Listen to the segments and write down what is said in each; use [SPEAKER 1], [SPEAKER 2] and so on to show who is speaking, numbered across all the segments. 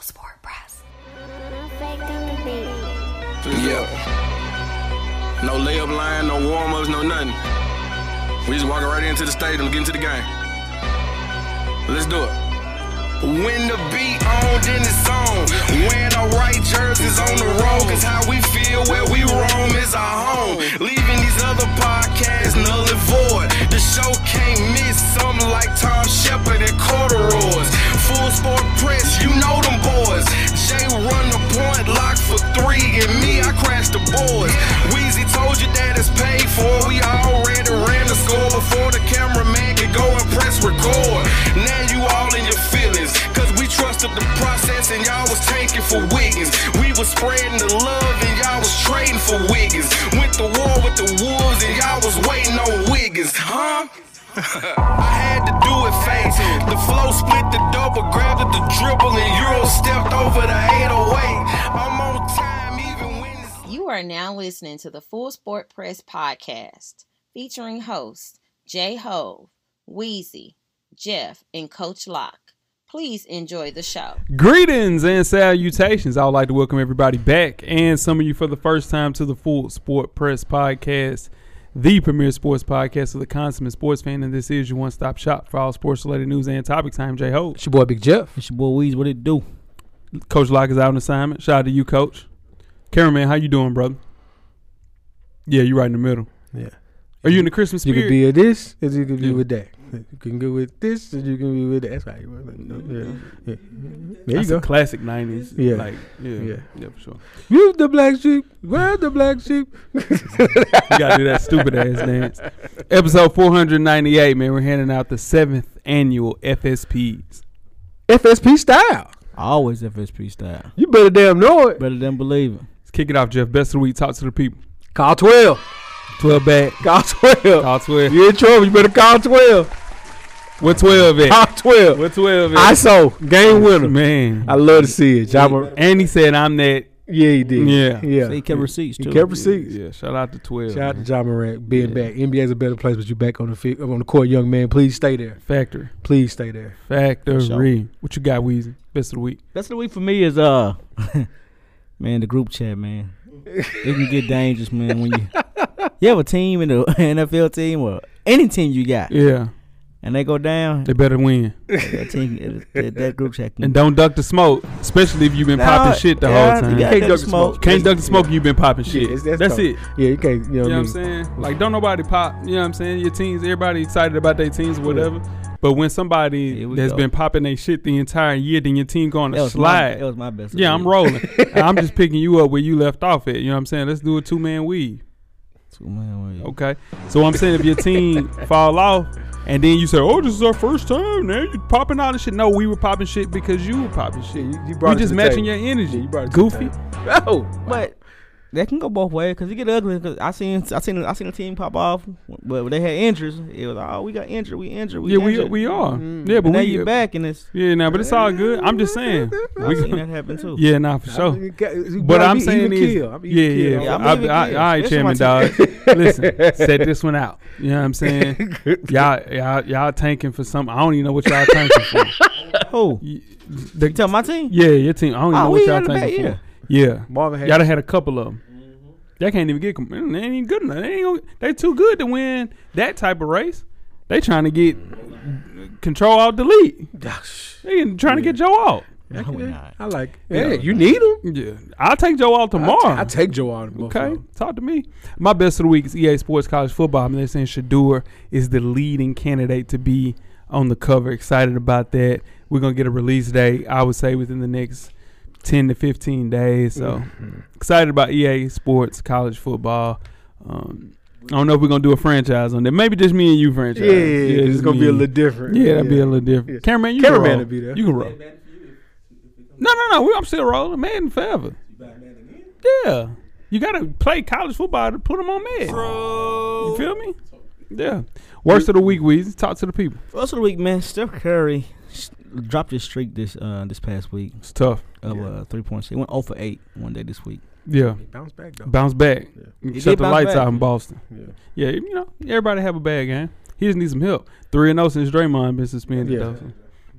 [SPEAKER 1] Sport Press.
[SPEAKER 2] Yeah. No layup line, no warm ups, no nothing. We just walking right into the stadium, getting to the game. Let's do it. When the beat on, then it's on. When the right jerseys on the road, cause how we feel where we roam is our home. Leaving these other podcasts null and void. The show can't miss something like Tom Shepard and corduroys. Full sport press, you know them boys. Jay run the point, lock for three, and me, I crash the boards. Wheezy told you that it's paid for. We already ran the score before the cameraman could go and press record. Now you all in your feelings, cause we trusted the process and y'all was taking for Wiggins. We was spreading the love and y'all was trading for Wiggins. Went to war with the wolves and y'all was waiting on Wiggins, huh? I had to do it fast. The flow split the double, grabbed at the dribble, and Euro stepped over the 808. I'm on time, even when it's
[SPEAKER 3] You are now listening to the Full Sport Press podcast featuring hosts Jay Hove, Wheezy, Jeff, and Coach Locke. Please enjoy the show.
[SPEAKER 4] Greetings and salutations. I would like to welcome everybody back and some of you for the first time to the Full Sport Press Podcast, the premier sports podcast of the consummate sports fan. And this is your one stop shop for all sports related news and topics. I'm Jay Hope.
[SPEAKER 5] It's your boy Big Jeff.
[SPEAKER 6] It's your boy Weez. What it do?
[SPEAKER 4] Coach Locke is out on assignment. Shout out to you, Coach. Cameraman, how you doing, brother? Yeah, you right in the middle.
[SPEAKER 5] Yeah.
[SPEAKER 4] Are you in the Christmas
[SPEAKER 5] You
[SPEAKER 4] spirit?
[SPEAKER 5] could be with this, or you could be
[SPEAKER 4] Yeah.
[SPEAKER 5] with that. You can go with this, or you can be with that. That's right.
[SPEAKER 6] Mm-hmm.
[SPEAKER 5] Yeah. Yeah. There you
[SPEAKER 4] That's
[SPEAKER 5] go.
[SPEAKER 4] a classic nineties.
[SPEAKER 5] Yeah.
[SPEAKER 4] Like, yeah, yeah.
[SPEAKER 5] Yeah.
[SPEAKER 4] for sure.
[SPEAKER 5] you the black sheep. We're the black sheep.
[SPEAKER 4] You gotta do that stupid ass dance. Episode four hundred ninety eight, man. We're handing out the seventh annual FSPs.
[SPEAKER 5] FSP style.
[SPEAKER 6] Always FSP style.
[SPEAKER 5] You better damn know it.
[SPEAKER 6] Better than believe it.
[SPEAKER 4] Let's kick it off, Jeff. Best of the week. Talk to the people.
[SPEAKER 5] Call 12.
[SPEAKER 4] Twelve back.
[SPEAKER 5] Call 12.
[SPEAKER 4] Call twelve.
[SPEAKER 5] You in trouble. You better call 12.
[SPEAKER 4] What twelve at?
[SPEAKER 5] Call 12.
[SPEAKER 4] What twelve at?
[SPEAKER 5] ISO. Game winner.
[SPEAKER 4] man.
[SPEAKER 5] I love to see it. Jabba.
[SPEAKER 4] and he said I'm that.
[SPEAKER 5] Yeah, he did.
[SPEAKER 4] Yeah.
[SPEAKER 5] Yeah.
[SPEAKER 6] So he kept receipts
[SPEAKER 5] He
[SPEAKER 6] too.
[SPEAKER 5] kept receipts.
[SPEAKER 4] Yeah. Shout out to twelve.
[SPEAKER 5] Shout out to
[SPEAKER 4] man.
[SPEAKER 5] John Morant being back. NBA is a better place, but you back on the field, on the court, young man. Please stay there.
[SPEAKER 4] Factory.
[SPEAKER 5] Please stay there.
[SPEAKER 4] Factory.
[SPEAKER 6] Sure.
[SPEAKER 4] What you got, Weezy? Best of the week.
[SPEAKER 6] Best of the week for me is uh, man, the group chat, man. It can get dangerous, man. When you you have a team in the NFL team or any team you got,
[SPEAKER 4] Yeah.
[SPEAKER 6] and they go down,
[SPEAKER 4] They better win.
[SPEAKER 6] that team, that, that group chat can
[SPEAKER 4] And don't duck the smoke, especially if you've been
[SPEAKER 6] Nah,
[SPEAKER 4] popping shit the
[SPEAKER 6] yeah,
[SPEAKER 4] whole time.
[SPEAKER 6] you gotta
[SPEAKER 4] Can't,
[SPEAKER 6] duck
[SPEAKER 4] duck
[SPEAKER 6] the
[SPEAKER 4] the
[SPEAKER 6] smoke.
[SPEAKER 4] smoke. Can't duck the smoke. You've been popping shit.
[SPEAKER 5] Yeah, it's-
[SPEAKER 4] that's
[SPEAKER 5] that's tough.
[SPEAKER 4] it.
[SPEAKER 5] Yeah, you can't. You know,
[SPEAKER 4] You
[SPEAKER 5] what
[SPEAKER 4] know what
[SPEAKER 5] I
[SPEAKER 4] I'm
[SPEAKER 5] mean?
[SPEAKER 4] saying? Like, don't nobody pop. You know what I'm saying? Your teams, everybody excited about their teams or whatever. But when somebody
[SPEAKER 6] Here
[SPEAKER 4] that's
[SPEAKER 6] we go.
[SPEAKER 4] been popping their shit the entire year, then your team going
[SPEAKER 6] that
[SPEAKER 4] to
[SPEAKER 6] was my,
[SPEAKER 4] slide.
[SPEAKER 6] that was my best. of
[SPEAKER 4] yeah,
[SPEAKER 6] the
[SPEAKER 4] I'm
[SPEAKER 6] week.
[SPEAKER 4] rolling. I'm just picking you up where you left off at. You know what I'm saying? Let's do a two man weave.
[SPEAKER 6] Two man, wait.
[SPEAKER 4] Okay. So I'm saying if your team fall off and then you say, "Oh, this is our first time," now you popping out of shit. No, we were popping shit because you were popping
[SPEAKER 5] Yeah,
[SPEAKER 4] shit.
[SPEAKER 5] you, you brought
[SPEAKER 4] We
[SPEAKER 5] it
[SPEAKER 4] just
[SPEAKER 5] to the
[SPEAKER 4] matching
[SPEAKER 5] table.
[SPEAKER 4] your energy.
[SPEAKER 5] Yeah, you brought it to the
[SPEAKER 4] Goofy.
[SPEAKER 5] Oh,
[SPEAKER 6] but that can go both ways because it get ugly. Because I seen I seen I seen a team pop off, but when they had injuries. It was oh, we got injured, we injured, we
[SPEAKER 4] Yeah, we
[SPEAKER 6] injured.
[SPEAKER 4] we are. Yeah, but
[SPEAKER 6] But now
[SPEAKER 4] we
[SPEAKER 6] you back and it's
[SPEAKER 4] Yeah, now, but it's all good. I'm just saying.
[SPEAKER 6] I seen
[SPEAKER 4] We,
[SPEAKER 6] that happen too.
[SPEAKER 4] yeah, nah, for
[SPEAKER 5] I
[SPEAKER 4] sure.
[SPEAKER 5] mean, you got- you
[SPEAKER 4] But
[SPEAKER 5] brought
[SPEAKER 4] I'm
[SPEAKER 5] me
[SPEAKER 4] saying
[SPEAKER 5] even
[SPEAKER 4] is,
[SPEAKER 5] keel. I'm even
[SPEAKER 4] yeah,
[SPEAKER 5] keel.
[SPEAKER 4] yeah.
[SPEAKER 6] I'm
[SPEAKER 4] I-
[SPEAKER 6] even
[SPEAKER 4] I-
[SPEAKER 6] keel.
[SPEAKER 4] all right,
[SPEAKER 6] That's
[SPEAKER 4] Chairman
[SPEAKER 6] my
[SPEAKER 4] Dog. Listen, set this one out. You know what I'm saying? y'all, y'all, y'all tanking for something. I don't even know what y'all tanking for.
[SPEAKER 6] Who?
[SPEAKER 4] You-
[SPEAKER 6] You tell my team?
[SPEAKER 4] Yeah, your team. I don't even
[SPEAKER 6] Oh,
[SPEAKER 4] know
[SPEAKER 6] we
[SPEAKER 4] what y'all
[SPEAKER 6] in the back,
[SPEAKER 4] tanking for. Yeah,
[SPEAKER 5] Marvin had
[SPEAKER 4] y'all done had a couple of them. They can't even get. com- They ain't good enough. They ain't. gonna- They too good to win that type of race. They trying to get control out delete. They trying to get Joe out.
[SPEAKER 6] No, we not.
[SPEAKER 5] I like.
[SPEAKER 4] Yeah.
[SPEAKER 5] Yeah, you need him.
[SPEAKER 4] Yeah, I'll take Joe out tomorrow.
[SPEAKER 5] I take Joe out. of
[SPEAKER 4] Okay,
[SPEAKER 5] Buffalo.
[SPEAKER 4] talk to me. My best of the week is EA Sports College Football. I mean, they're saying Shadur is the leading candidate to be on the cover. Excited about that. We're gonna get a release date. I would say within the next ten to fifteen days. So
[SPEAKER 5] Mm-hmm.
[SPEAKER 4] excited about EA Sports College Football. Um, I don't know if we're gonna do a franchise on that. Maybe just me and you franchise.
[SPEAKER 5] Yeah, yeah, yeah, it's
[SPEAKER 4] just
[SPEAKER 5] gonna
[SPEAKER 4] me
[SPEAKER 5] be a
[SPEAKER 4] and you.
[SPEAKER 5] little different.
[SPEAKER 4] Yeah, that'd be a little different.
[SPEAKER 5] Yeah.
[SPEAKER 4] Cameraman, you
[SPEAKER 5] Cameraman
[SPEAKER 4] can roll.
[SPEAKER 5] will be there.
[SPEAKER 4] You can roll. No, no, no. we- I'm still rolling. Madden forever. Yeah. You gotta play college football to put them on Madden. You feel me? Yeah. Worst of the week, Weezy. Talk to the people.
[SPEAKER 6] First of the week, man, Steph Curry s- dropped his streak this uh this past week
[SPEAKER 4] It's tough.
[SPEAKER 6] of uh three points. He went 0 for 8 one day this week.
[SPEAKER 4] Yeah.
[SPEAKER 5] Bounce back though.
[SPEAKER 4] Bounce back.
[SPEAKER 6] He did
[SPEAKER 4] Shut the
[SPEAKER 6] bounce
[SPEAKER 4] lights
[SPEAKER 6] back.
[SPEAKER 4] out in Boston.
[SPEAKER 5] Yeah.
[SPEAKER 4] Yeah, you know, everybody have a bad game. He just needs some help. Three and zero since oh Draymond been suspended
[SPEAKER 5] Yeah.
[SPEAKER 4] though. so.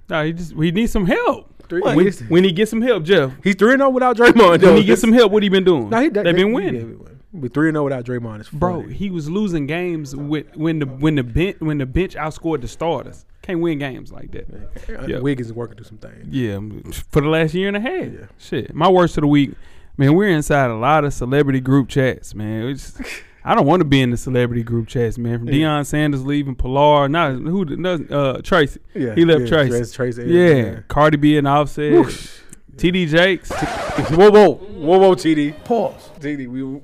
[SPEAKER 4] Nah, he just he needs some help.
[SPEAKER 5] Three, oh.
[SPEAKER 4] When,
[SPEAKER 5] he's,
[SPEAKER 4] when he gets some help, Jeff.
[SPEAKER 5] he's three and zero without Draymond.
[SPEAKER 4] When
[SPEAKER 5] though.
[SPEAKER 4] he gets some help, what he been doing?
[SPEAKER 5] Nah, he,
[SPEAKER 4] They've been winning.
[SPEAKER 5] But three and zero without Draymond is
[SPEAKER 4] Bro,
[SPEAKER 5] funny.
[SPEAKER 4] he was losing games with when the when the bench when the bench outscored the starters. Can't win games like that.
[SPEAKER 5] Uh,
[SPEAKER 4] yeah.
[SPEAKER 5] Wiggins is working through some things.
[SPEAKER 4] Yeah, m- for the last year and a half.
[SPEAKER 5] Yeah.
[SPEAKER 4] Shit, my worst of the week. Man, we're inside a lot of celebrity group chats, man. It's, I don't want to be in the celebrity group chats, man. From Deion Sanders leaving, Pilar, not who, the- no, uh, Tracy.
[SPEAKER 5] Yeah,
[SPEAKER 4] he left
[SPEAKER 5] yeah,
[SPEAKER 4] Tracy.
[SPEAKER 5] Trace- Tracy,
[SPEAKER 4] yeah.
[SPEAKER 5] yeah.
[SPEAKER 4] Cardi B and Offset,
[SPEAKER 5] Whoosh.
[SPEAKER 4] TD Jakes.
[SPEAKER 5] whoa, whoa, whoa, whoa, TD. Pause. TD, we.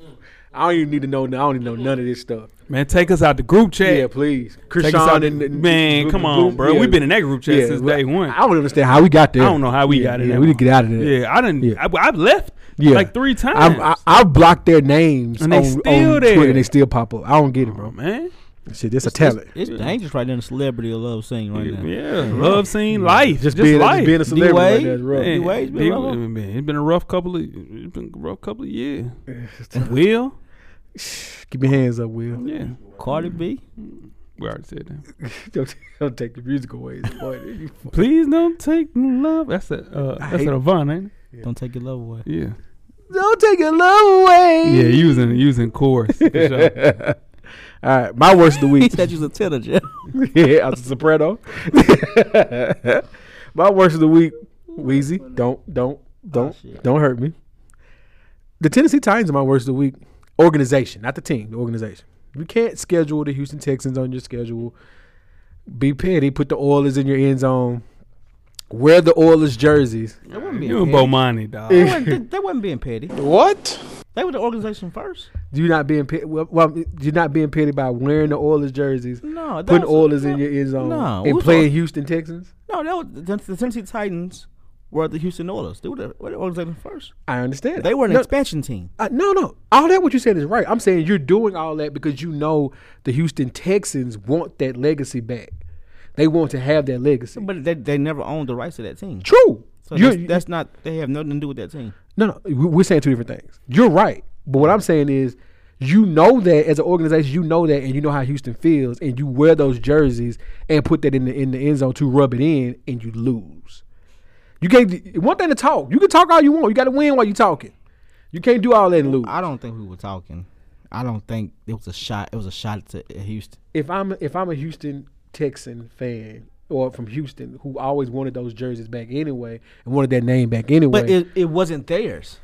[SPEAKER 5] I don't even need to know. I don't even know none of this stuff.
[SPEAKER 4] man, take us out the group chat.
[SPEAKER 5] Yeah, please.
[SPEAKER 4] Take us out the- man, come on, bro. We've been in that group chat since day one.
[SPEAKER 5] I don't understand how we got there.
[SPEAKER 4] I don't know how we
[SPEAKER 5] Yeah,
[SPEAKER 4] got in
[SPEAKER 5] yeah,
[SPEAKER 4] there.
[SPEAKER 5] We didn't get out of there.
[SPEAKER 4] Yeah, I didn't.
[SPEAKER 5] Yeah.
[SPEAKER 4] I, have left
[SPEAKER 5] Yeah.
[SPEAKER 4] like three times.
[SPEAKER 5] I, I, I blocked their names
[SPEAKER 4] And they
[SPEAKER 5] on,
[SPEAKER 4] still
[SPEAKER 5] on
[SPEAKER 4] there.
[SPEAKER 5] Twitter and they still pop up. I don't get it,
[SPEAKER 4] oh,
[SPEAKER 5] bro.
[SPEAKER 4] man.
[SPEAKER 5] Shit, that's a talent.
[SPEAKER 6] It's dangerous right now in the celebrity love scene right now.
[SPEAKER 4] Yeah, love scene, life, just,
[SPEAKER 5] Just, being,
[SPEAKER 4] life.
[SPEAKER 5] just being a celebrity
[SPEAKER 6] D-Wade?
[SPEAKER 5] like that is rough.
[SPEAKER 6] Yeah.
[SPEAKER 4] Man,
[SPEAKER 6] D-Wade's been
[SPEAKER 4] D-
[SPEAKER 6] rough.
[SPEAKER 4] man, man, It's been a rough couple of. It's been a rough couple of years. Will.
[SPEAKER 5] Keep your hands up, Will.
[SPEAKER 4] Yeah.
[SPEAKER 6] Cardi B.
[SPEAKER 4] We already said that.
[SPEAKER 5] don't, don't take the music away. It's funny. You fuck-
[SPEAKER 4] Please don't take my love. That's a uh,
[SPEAKER 5] I
[SPEAKER 4] that's
[SPEAKER 5] hate-
[SPEAKER 4] a Vaughn, ain't
[SPEAKER 6] Don't take your love away.
[SPEAKER 4] it? Yeah.
[SPEAKER 5] don't take your love away.
[SPEAKER 4] Yeah, using using chorus. For sure.
[SPEAKER 5] All right, my worst of the
[SPEAKER 6] He
[SPEAKER 5] week.
[SPEAKER 6] said you was a tenor, Jeff.
[SPEAKER 5] yeah, I was a soprano. my worst of the week, Wheezy. Don't, don't, don't,
[SPEAKER 6] Oh, shit.
[SPEAKER 5] don't hurt me. The Tennessee Titans are my worst of the week. Organization, not the team, the organization. You can't schedule the Houston Texans on your schedule. Be petty. Put the Oilers in your end zone. Wear the Oilers jerseys.
[SPEAKER 6] They wasn't
[SPEAKER 4] You and
[SPEAKER 6] being petty.
[SPEAKER 4] Bomani, dog.
[SPEAKER 6] They wasn't, they, they wasn't being petty.
[SPEAKER 5] What?
[SPEAKER 6] They were the organization first.
[SPEAKER 5] You're not being petty. Well, well, you're not being petty by wearing the Oilers jerseys,
[SPEAKER 6] No, that
[SPEAKER 5] putting
[SPEAKER 6] was-
[SPEAKER 5] Oilers in
[SPEAKER 6] no,
[SPEAKER 5] your end zone,
[SPEAKER 6] no, we
[SPEAKER 5] and
[SPEAKER 6] was
[SPEAKER 5] playing
[SPEAKER 6] talk-
[SPEAKER 5] Houston Texans.
[SPEAKER 6] No, that was, the, the Tennessee Titans were the Houston Oilers. They were the, were the organization first.
[SPEAKER 5] I understand.
[SPEAKER 6] They were an
[SPEAKER 5] No,
[SPEAKER 6] expansion team.
[SPEAKER 5] Uh, no, no. All that what you're saying is right. I'm saying you're doing all that because you know the Houston Texans want that legacy back. They want to have that legacy.
[SPEAKER 6] But they, they never owned the rights to that team.
[SPEAKER 5] True.
[SPEAKER 6] So
[SPEAKER 5] You're-
[SPEAKER 6] that's, that's not. They have nothing to do with that team.
[SPEAKER 5] no, no. we- We're saying two different things. You're right. But what I'm saying is you know that as an organization, you know that and you know how Houston feels and you wear those jerseys and put that in the in the end zone to rub it in and you lose. You can't one thing to talk. You can talk all you want. You gotta win while you're talking. You can't do all that and lose.
[SPEAKER 6] I don't think we were talking. I don't think it was a shot. It was a shot to at Houston.
[SPEAKER 5] if I'm if I'm a Houston Texan fan or from Houston who always wanted those jerseys back anyway and wanted that name back anyway.
[SPEAKER 6] But it, it wasn't theirs.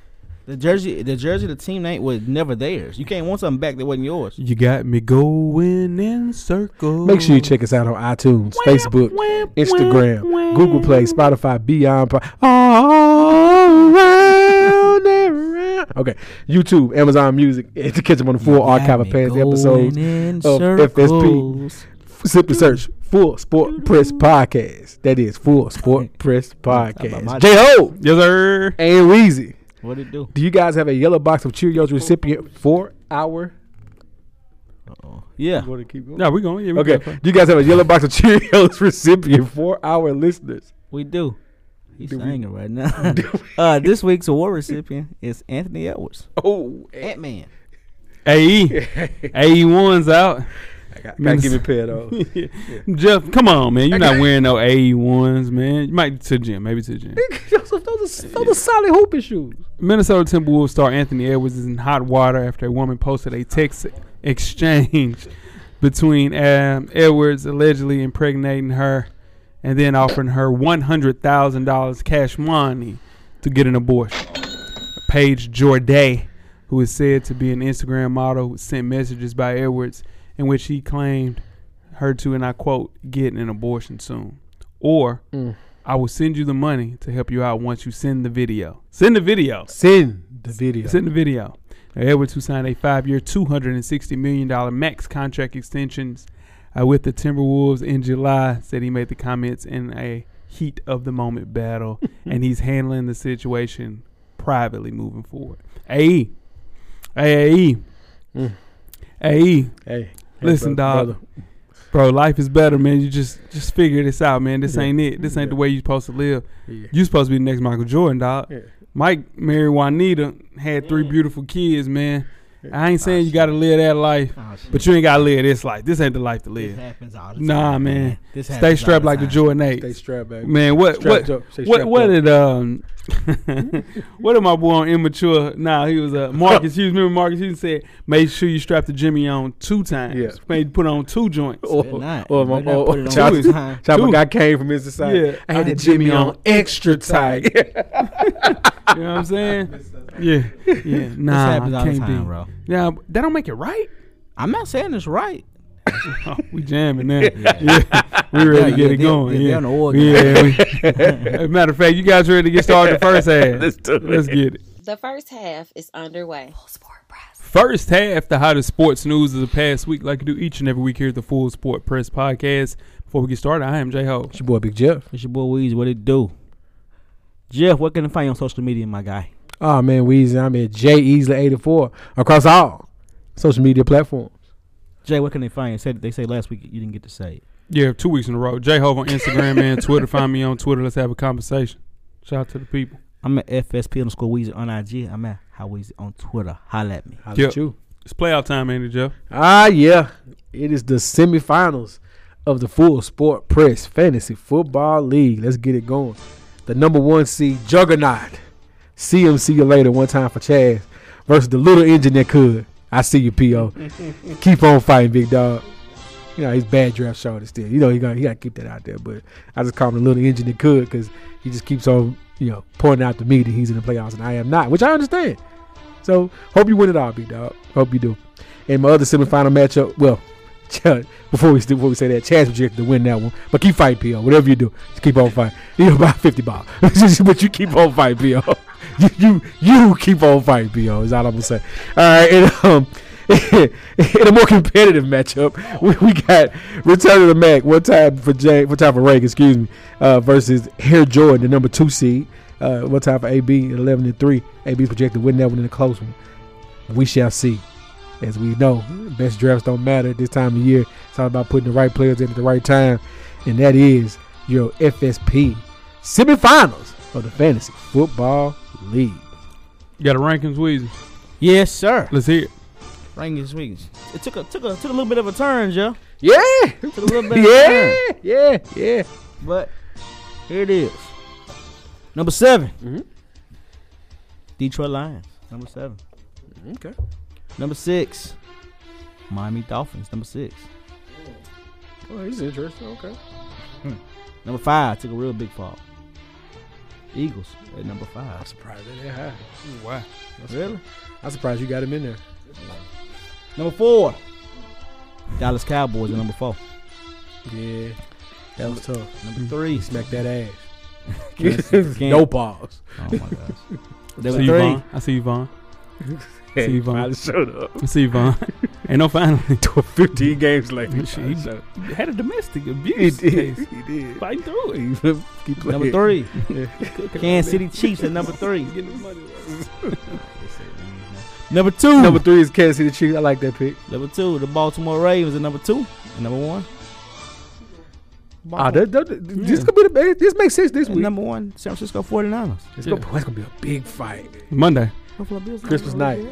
[SPEAKER 6] The jersey, the jersey, the team name was never theirs. You can't want something back that wasn't yours.
[SPEAKER 4] You got me going in circles.
[SPEAKER 5] Make sure you check us out on iTunes, Facebook, Instagram, Google Play, Spotify, Beyond, Po- all around and around. Okay, YouTube, Amazon Music, and to catch them on the full archive of past episodes of FSP. Simply search Full Sport Press Podcast. That is Full Sport Press
[SPEAKER 6] my-
[SPEAKER 5] Podcast. J Ho
[SPEAKER 4] Yes, sir.
[SPEAKER 5] and Weezy.
[SPEAKER 6] What it do?
[SPEAKER 5] Do you guys have a yellow box of Cheerios recipient for our?
[SPEAKER 6] Yeah,
[SPEAKER 4] No, we going. Yeah, we
[SPEAKER 5] Okay.
[SPEAKER 4] good.
[SPEAKER 5] Do you guys have a yellow box of Cheerios recipient for our listeners?
[SPEAKER 6] we do. He's singing right now. uh, this week's award recipient is Anthony Edwards,
[SPEAKER 5] Oh,
[SPEAKER 6] Ant Man.
[SPEAKER 4] AE. AE E. one's out.
[SPEAKER 5] gotta give me a pair though.
[SPEAKER 4] Jeff, come on, man. You're not wearing no AE ones, man. You might to the gym, maybe to the gym.
[SPEAKER 5] those, are, those, are, those are solid hooping shoes.
[SPEAKER 4] Minnesota Timberwolves star Anthony Edwards is in hot water after a woman posted a text exchange between um, Edwards allegedly impregnating her and then offering her $100,000 cash money to get an abortion. Paige Jorday, who is said to be an Instagram model, was sent messages by Edwards in which he claimed her to, and I quote, get an abortion soon. Or, I will send you the money to help you out once you send the video. Send the video.
[SPEAKER 5] Send the video.
[SPEAKER 4] It's in the video. Now, Edwards, who signed a five-year, two hundred and sixty million dollar max contract extensions uh, with the Timberwolves in July, said he made the comments in a heat of the moment battle, and he's handling the situation privately moving forward. E. AE, AAE,
[SPEAKER 5] Mm.
[SPEAKER 4] AE.
[SPEAKER 5] Hey, hey,
[SPEAKER 4] Listen,
[SPEAKER 5] brother-
[SPEAKER 4] dog. E. Bro, life is better, man. You just just figure this out, man. This
[SPEAKER 5] Yeah.
[SPEAKER 4] ain't it. This ain't the
[SPEAKER 5] Yeah.
[SPEAKER 4] way you supposed to live.
[SPEAKER 5] brother.
[SPEAKER 4] You supposed to be the next Michael Jordan, dog.
[SPEAKER 5] Yeah.
[SPEAKER 6] Mm.
[SPEAKER 4] Mike married Juanita, had three beautiful kids, man. I ain't saying you gotta live that life,
[SPEAKER 6] Oh, shit.
[SPEAKER 4] but you ain't gotta live this life. This ain't the life to
[SPEAKER 6] This
[SPEAKER 4] live.
[SPEAKER 6] happens all the time.
[SPEAKER 4] Nah, man.
[SPEAKER 6] This happens all
[SPEAKER 4] Stay strapped
[SPEAKER 6] the
[SPEAKER 4] like the
[SPEAKER 6] time.
[SPEAKER 4] Jordan Eight.
[SPEAKER 5] Stay strapped back.
[SPEAKER 4] Man, what
[SPEAKER 5] Strapped
[SPEAKER 4] what
[SPEAKER 5] up. Say
[SPEAKER 4] what
[SPEAKER 5] strapped
[SPEAKER 4] what
[SPEAKER 5] up.
[SPEAKER 4] did um what did my boy on immature? Nah, he was uh, Marcus Hughes. Remember Marcus Hughes said, make sure you strap the Jimmy on two times.
[SPEAKER 5] Yeah.
[SPEAKER 4] Made put on two joints.
[SPEAKER 5] Or,
[SPEAKER 6] Better not.
[SPEAKER 4] Oh,
[SPEAKER 5] or my,
[SPEAKER 6] Better not
[SPEAKER 5] or,
[SPEAKER 6] put
[SPEAKER 5] or
[SPEAKER 6] it on
[SPEAKER 5] child,
[SPEAKER 6] two times.
[SPEAKER 5] child, my
[SPEAKER 4] Two.
[SPEAKER 5] guy came from his society.
[SPEAKER 4] Yeah.
[SPEAKER 5] I had the Jimmy on extra tight.
[SPEAKER 4] You know what I'm saying? yeah, yeah.
[SPEAKER 6] This
[SPEAKER 4] Nah,
[SPEAKER 6] happens all the
[SPEAKER 4] can't
[SPEAKER 6] time,
[SPEAKER 4] be.
[SPEAKER 6] bro.
[SPEAKER 4] Yeah, but that don't make it right.
[SPEAKER 6] I'm not saying it's right.
[SPEAKER 4] Oh, we jamming now. Yeah. We ready to
[SPEAKER 6] Yeah,
[SPEAKER 4] get
[SPEAKER 6] yeah,
[SPEAKER 4] it
[SPEAKER 6] they-
[SPEAKER 4] going.
[SPEAKER 6] they-
[SPEAKER 4] yeah.
[SPEAKER 6] they on the organ.
[SPEAKER 4] yeah we- as a matter of fact, you guys ready to get started the first half.
[SPEAKER 5] Let's do it.
[SPEAKER 4] Let's get it.
[SPEAKER 3] The first half is underway.
[SPEAKER 4] First half, the hottest sports news of the past week, like you do each and every week here at the Full Sport Press Podcast. Before we get started, I am J Ho.
[SPEAKER 5] It's your boy Big Jeff.
[SPEAKER 6] It's your boy Weezy. What it do? Jeff, where can I find you on social media, my guy?
[SPEAKER 5] Oh man, Weezy, I'm at J Easley 84 across all social media platforms.
[SPEAKER 6] Jay, where can they find you? Said they say last week you didn't get to say it.
[SPEAKER 4] Yeah, two weeks in a row. J Ho on Instagram and Twitter. Find me on Twitter. Let's have a conversation. Shout out to the people.
[SPEAKER 6] I'm at FSP underscore Weezy on IG. I'm at How Weezy on Twitter. Holla at me.
[SPEAKER 5] How
[SPEAKER 4] Yep.
[SPEAKER 5] about you?
[SPEAKER 4] It's playoff time, ain't it, Jeff?
[SPEAKER 5] Ah yeah, it is the semifinals of the Full Sport Press Fantasy Football League. Let's get it going. The number one seed juggernaut, CMC you later one time for Chaz versus the little engine that could. I see you, Po. keep on fighting, big dog. You know he's bad draft short still. You know he got he got to keep that out there. But I just call him the little engine that could because he just keeps on you know pointing out to me that he's in the playoffs and I am not, which I understand. So hope you win it all, big dog. Hope you do. And my other semifinal matchup, well, Chad- before we before we say that, Chad's projected to win that one. But keep fighting, PO. Whatever you do, just keep on fighting. You know, about fifty ball, but you keep on fighting, PO. You, you you keep on fighting, PO. Is all I'm gonna say. All right, and um. in a more competitive matchup, we, we got Return of the Mac one time for Jay, one time for Ray, excuse me, uh, versus Hair Jordan, the number two seed, uh, one time for AB at 11 and three. AB's projected to win that one in a close one. We shall see as we know, best drafts don't matter at this time of year. It's all about putting the right players in at the right time, and that is your FSP semifinals of the fantasy football league.
[SPEAKER 4] You got a rankings, Weezy.
[SPEAKER 6] Yes, sir.
[SPEAKER 4] Let's hear it.
[SPEAKER 6] Ranking Weezy. It took a took a took a little bit of a turn, Joe.
[SPEAKER 5] Yeah,
[SPEAKER 6] Took a little bit of a
[SPEAKER 5] yeah,
[SPEAKER 6] turn.
[SPEAKER 5] yeah, yeah.
[SPEAKER 6] But here it is. Number 7
[SPEAKER 5] Mhm.
[SPEAKER 6] Detroit Lions. Number seven.
[SPEAKER 5] Okay.
[SPEAKER 6] Number six. Miami Dolphins. Number six.
[SPEAKER 5] Oh, this is interesting. Okay.
[SPEAKER 6] Number five took a real big fall. Eagles at number five.
[SPEAKER 5] surprised that high.
[SPEAKER 4] Wow.
[SPEAKER 6] Really?
[SPEAKER 5] I'm surprised you got him in there.
[SPEAKER 6] Number four. Dallas Cowboys at number four.
[SPEAKER 5] Yeah, that was tough.
[SPEAKER 6] Number three.
[SPEAKER 5] Smack that ass.
[SPEAKER 6] Kansas City.
[SPEAKER 5] no pause.
[SPEAKER 6] Oh my gosh.
[SPEAKER 4] I
[SPEAKER 6] Number
[SPEAKER 4] see you,
[SPEAKER 6] three.
[SPEAKER 4] Vaughn. I see you, Vaughn. See you, Vaughn.
[SPEAKER 5] Finally showed up.
[SPEAKER 4] I see you, Vaughn. ain't no final.
[SPEAKER 5] 15 games later.
[SPEAKER 4] Shit.
[SPEAKER 5] So-
[SPEAKER 4] had a domestic
[SPEAKER 5] He
[SPEAKER 4] abuse
[SPEAKER 5] did.
[SPEAKER 4] case.
[SPEAKER 5] He did.
[SPEAKER 4] Fighting through it.
[SPEAKER 5] Keep playing.
[SPEAKER 6] Number three.
[SPEAKER 5] Yeah.
[SPEAKER 6] Kansas City Chiefs at number three. Number two.
[SPEAKER 5] Number three is Kansas City Chiefs. I like that pick.
[SPEAKER 6] Number two, the Baltimore Ravens at number two. And number one.
[SPEAKER 5] Ah, that, that, this
[SPEAKER 4] Yeah.
[SPEAKER 5] could be the best. This makes sense this
[SPEAKER 6] And
[SPEAKER 5] week.
[SPEAKER 6] number one, San Francisco 49ers.
[SPEAKER 5] It's gonna, boy, it's gonna be a big fight.
[SPEAKER 4] Monday.
[SPEAKER 6] Buffalo Bills.
[SPEAKER 5] Christmas night.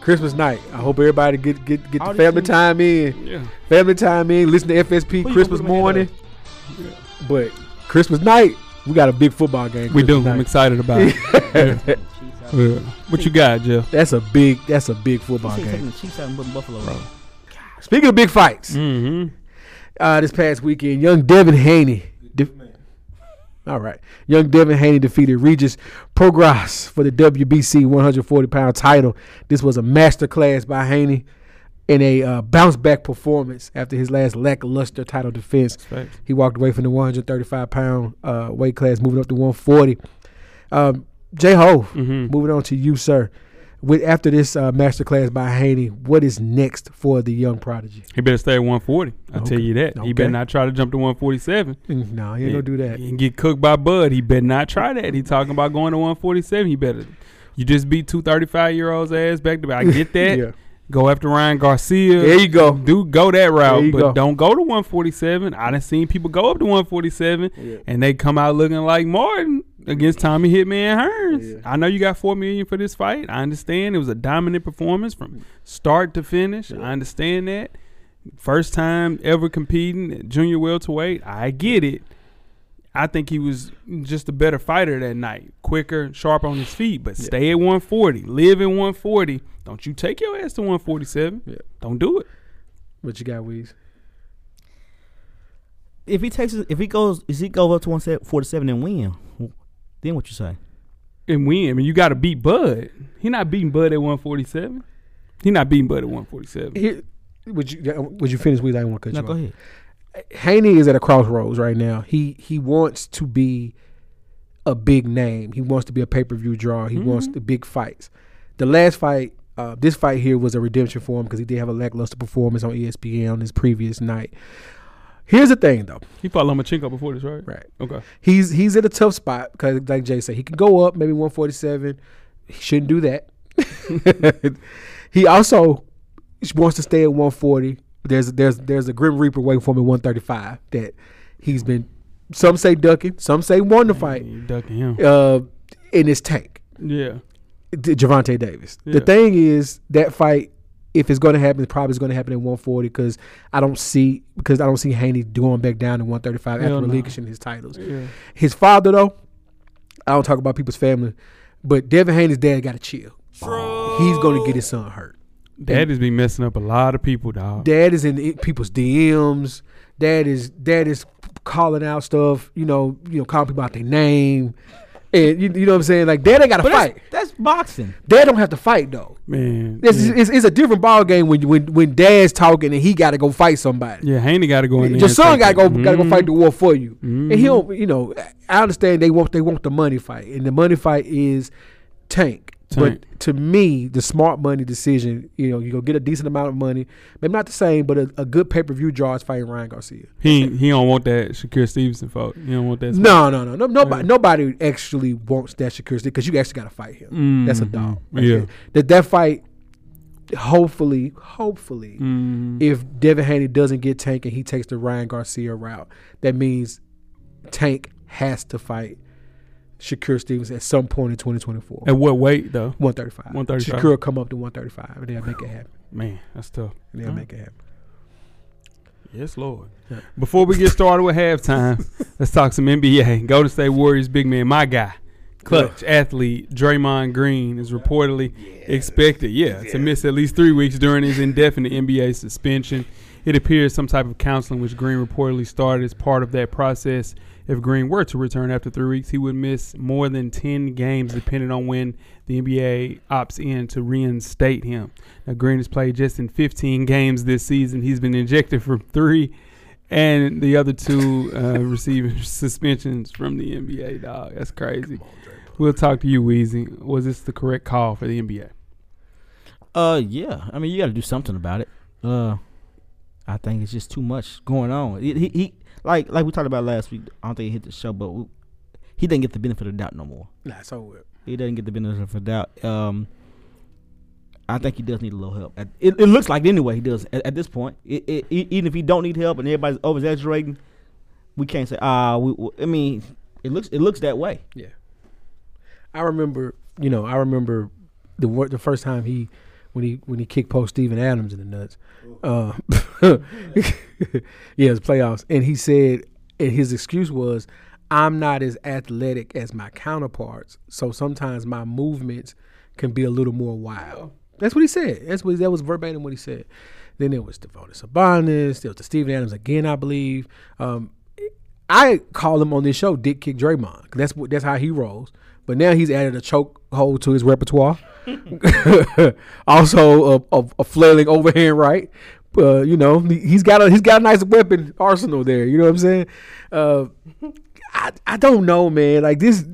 [SPEAKER 5] Christmas night. I hope everybody get get get
[SPEAKER 6] All
[SPEAKER 5] the
[SPEAKER 6] these
[SPEAKER 5] family
[SPEAKER 6] teams-
[SPEAKER 5] time in.
[SPEAKER 4] Yeah.
[SPEAKER 5] Family time in. Listen to
[SPEAKER 6] Who
[SPEAKER 5] FSP
[SPEAKER 6] you
[SPEAKER 5] Christmas
[SPEAKER 6] gonna put 'em in
[SPEAKER 5] morning. But Christmas night, we got a big football game.
[SPEAKER 4] We
[SPEAKER 5] Christmas
[SPEAKER 4] do.
[SPEAKER 5] night.
[SPEAKER 4] I'm excited about it. Yeah. Yeah. What you got, Jeff?
[SPEAKER 5] That's a big. That's a big football
[SPEAKER 6] He's
[SPEAKER 5] game.
[SPEAKER 6] taking the Chiefs out and putting Buffalo in.
[SPEAKER 5] Speaking of big fights,
[SPEAKER 4] Mm-hmm.
[SPEAKER 5] uh, this past weekend, young Devin Haney. de- all right. Young Devin Haney defeated Regis Progras for the WBC 140 pound title. This was a masterclass by Haney in a uh, bounce back performance after his last lackluster title defense.
[SPEAKER 4] facts.
[SPEAKER 5] He walked away from the 135 pound uh, weight class, moving up to 140. Um, J Ho, moving on to you, sir. With, after this uh, masterclass by Haney, what is next for the young prodigy?
[SPEAKER 4] He better stay at 140. I will
[SPEAKER 5] Okay.
[SPEAKER 4] tell you that. He better
[SPEAKER 5] Okay.
[SPEAKER 4] not try to jump to 147.
[SPEAKER 5] Mm, No, he ain't gonna do that.
[SPEAKER 4] And get cooked by Bud. He better not try that. He talking about going to 147. He better. You just beat two 35 year olds ass back to back. I get that.
[SPEAKER 5] Yeah.
[SPEAKER 4] Go after Ryan Garcia.
[SPEAKER 5] There you go.
[SPEAKER 4] Do go that
[SPEAKER 5] There
[SPEAKER 4] route,
[SPEAKER 5] you
[SPEAKER 4] but
[SPEAKER 5] go.
[SPEAKER 4] don't go to 147. I done seen people go up to 147
[SPEAKER 5] Yeah.
[SPEAKER 4] and they come out looking like Martin. against Tommy Hitman Hearns. I know you got four million for this fight. I understand it was a dominant performance from start to finish. I understand that. First time ever competing at junior welterweight. I get it. I think he was just a better fighter that night. Quicker, sharp on his feet, but stay at 140. Live at 140. Don't you take your ass to 147.
[SPEAKER 5] Yeah.
[SPEAKER 4] Don't do it.
[SPEAKER 5] What you got, Weez?
[SPEAKER 6] If he takes, his- if he goes, if he goes up to one forty seven and win, then what you say?
[SPEAKER 4] and win. I mean, you got to beat Bud. He not beating Bud at 147. He not beating Bud at 147.
[SPEAKER 5] Here, would you would you finish, Weez? I want to cut
[SPEAKER 6] No,
[SPEAKER 5] you
[SPEAKER 6] go
[SPEAKER 5] off.
[SPEAKER 6] ahead.
[SPEAKER 5] Haney is at a crossroads right now. He he wants to be a big name. He wants to be a pay per view draw. He wants the big fights. The last fight, uh, this fight here was a redemption for him because he did have a lackluster performance on E ESPN on his previous night. Here's the thing though,
[SPEAKER 4] He fought Lomachenko before this, right?
[SPEAKER 5] right?
[SPEAKER 4] Okay.
[SPEAKER 5] He's he's at a tough spot because, like Jay said, he could go up maybe 147. He shouldn't do that. he also wants to stay at 140. There's there's there's a grim reaper waiting for him at 135 that he's been. Some say ducking, some say wanting to fight,
[SPEAKER 4] You ducking him.
[SPEAKER 5] uh, in his tank.
[SPEAKER 4] Yeah.
[SPEAKER 5] Javante Davis.
[SPEAKER 4] Yeah.
[SPEAKER 5] The thing is that fight, if it's going to happen, probably is going to happen at 140 because I don't see because I don't see Haney going back down to 135
[SPEAKER 4] Hell
[SPEAKER 5] after
[SPEAKER 4] no.
[SPEAKER 5] relinquishing his titles.
[SPEAKER 4] Yeah.
[SPEAKER 5] His father though, I don't talk about people's family, but Devin Haney's dad got to chill. He's going to get his son hurt.
[SPEAKER 4] Dad has been messing up a lot of people, dog.
[SPEAKER 5] Dad is in i- people's DMs. Dad is dad is calling out stuff. You know, you know, calling people out their name. And you, you know what I'm saying? Like dad ain't got to
[SPEAKER 6] But that's,
[SPEAKER 5] fight.
[SPEAKER 6] that's boxing.
[SPEAKER 5] Dad don't have to fight though.
[SPEAKER 4] Man.
[SPEAKER 5] It's,
[SPEAKER 4] yeah.
[SPEAKER 5] it's, it's a different ball game when when when dad's talking and he got to go fight somebody.
[SPEAKER 4] yeah, Haney got to go in there.
[SPEAKER 5] Your
[SPEAKER 4] and
[SPEAKER 5] son
[SPEAKER 4] take
[SPEAKER 5] got to
[SPEAKER 4] it.
[SPEAKER 5] go got to go
[SPEAKER 4] Mhm.
[SPEAKER 5] fight the war for you. And he
[SPEAKER 4] Mhm.
[SPEAKER 5] don't, you know, I understand they want they want the money fight, and the money fight is tank.
[SPEAKER 4] Tank.
[SPEAKER 5] But to me, the smart money decision, you know, you go get a decent amount of money, maybe not the same, but a, a good pay per view draw is fighting Ryan Garcia.
[SPEAKER 4] He he don't want that Shakir Stevenson fight. He don't want that.
[SPEAKER 5] No, no, no, no, nobody,
[SPEAKER 4] Yeah.
[SPEAKER 5] nobody actually wants that Shakur because you actually got to fight him. That's a
[SPEAKER 4] Mhm.
[SPEAKER 5] dog.
[SPEAKER 4] Yeah.
[SPEAKER 5] That that fight, hopefully, hopefully,
[SPEAKER 4] Mm,
[SPEAKER 5] if Devin Haney doesn't get Tank and he takes the Ryan Garcia route, that means Tank has to fight Shakur Stevens at some point in 2024.
[SPEAKER 4] at what weight though?
[SPEAKER 5] 135.
[SPEAKER 4] 135.
[SPEAKER 5] Shakur will come up to 135 and they'll make it happen.
[SPEAKER 4] Man, that's tough.
[SPEAKER 5] And they'll
[SPEAKER 4] Alright.
[SPEAKER 5] make it happen.
[SPEAKER 4] Yes, Lord.
[SPEAKER 5] Yeah.
[SPEAKER 4] Before we get started with halftime, let's talk some NBA. Golden State Warriors big man, my guy, clutch athlete Draymond Green is reportedly expected, yeah, to miss at least three weeks during his indefinite NBA suspension. It appears some type of counseling, which Green reportedly started as part of that process. If Green were to return after three weeks, he would miss more than 10 games, depending on when the NBA opts in to reinstate him. Now, Green has played just in 15 games this season. He's been ejected from three, and the other two uh, receiving suspensions from the NBA, dog. That's crazy. We'll talk to you, Weezy. Was this the correct call for the NBA?
[SPEAKER 6] Uh, yeah. I mean, you got to do something about it. Uh, I think it's just too much going on. He, he, he like, like we talked about last week. I don't think he hit the show, but we, he didn't get the benefit of the doubt no more.
[SPEAKER 5] Nah, it's over. with.
[SPEAKER 6] He doesn't get the benefit of the doubt. Um, I think he does need a little help. At- It, it looks like anyway he does at, at this point. It, it, e- even if he don't need help and everybody's over exaggerating, we can't say ah. we, we- I mean, it looks it looks that way.
[SPEAKER 5] Yeah. I remember, you know, I remember the wor- the first time he when he when he kicked post Steven Adams in the nuts. Uh, yeah, it was playoffs, and he said, and his excuse was, "I'm not as athletic as my counterparts, so sometimes my movements can be a little more wild." That's what he said. That's what that was verbatim what he said. Then there was Devonis Sabonis. There was the Steven Adams again, I believe. Um, I call him on this show Dick Kick Draymond. 'cause That's what that's how he rolls. But now he's added a choke hold to his repertoire. also a, a, a flailing overhand right. Uh, you know he- he's got a he's got a nice weapon arsenal there. You know what I'm saying? Uh, I I don't know, man. Like this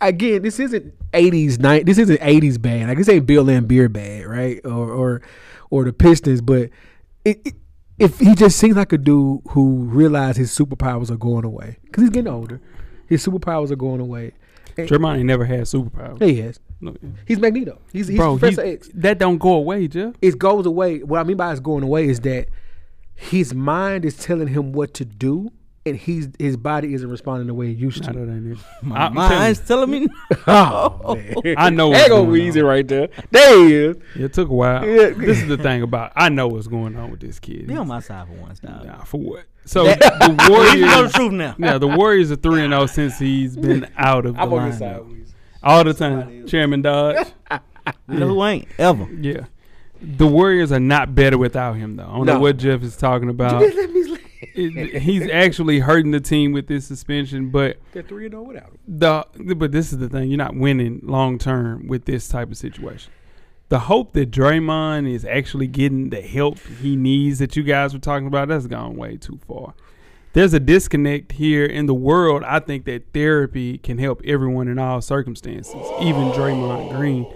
[SPEAKER 5] again. This isn't 80s night. This isn't 80s bad. Like this ain't Bill and Beer bad, right? Or or or the Pistons, but it, it if he just seems like a dude who realized his superpowers are going away because he's getting older, his superpowers are going away. And
[SPEAKER 4] Draymond ain't never had superpowers.
[SPEAKER 5] he has.
[SPEAKER 4] Look,
[SPEAKER 5] He's Magneto. He's, he's
[SPEAKER 4] Bro,
[SPEAKER 5] Professor
[SPEAKER 4] he,
[SPEAKER 5] X.
[SPEAKER 4] that don't go away, Jeff.
[SPEAKER 5] It goes away. What I mean by it's going away is that his mind is telling him what to do, and he's his body isn't responding the way it used
[SPEAKER 4] I
[SPEAKER 5] to.
[SPEAKER 4] know that nigga.
[SPEAKER 6] My
[SPEAKER 4] I'm telling
[SPEAKER 6] mind's telling me.
[SPEAKER 5] Oh, man.
[SPEAKER 4] I know what's
[SPEAKER 5] That gonna
[SPEAKER 4] going
[SPEAKER 5] be easy
[SPEAKER 4] on.
[SPEAKER 5] right there. There he is.
[SPEAKER 4] you. It took a while.
[SPEAKER 5] Yeah.
[SPEAKER 4] This is the thing about I know what's going on with this kid.
[SPEAKER 6] Be on my side for once now.
[SPEAKER 4] Nah, for what? So the
[SPEAKER 6] You know the
[SPEAKER 4] Warriors.
[SPEAKER 6] truth now.
[SPEAKER 4] Yeah, the Warriors are three and zero since he's been out of the
[SPEAKER 5] I'm on your side.
[SPEAKER 4] lineup all the time. Chairman Dodge.
[SPEAKER 6] You know who ain't ever.
[SPEAKER 4] Yeah. The Warriors are not better without him, though. I don't know
[SPEAKER 5] No.
[SPEAKER 4] what Jeff is talking about.
[SPEAKER 5] Let me.
[SPEAKER 4] It- he's actually hurting the team with this suspension, but
[SPEAKER 5] They're three and zero without him.
[SPEAKER 4] the but this is the thing: you're not winning long term with this type of situation. The hope that Draymond is actually getting the help he needs that you guys were talking about that's gone way too far. There's a disconnect here in the world. I think that therapy can help everyone in all circumstances, even Draymond Green.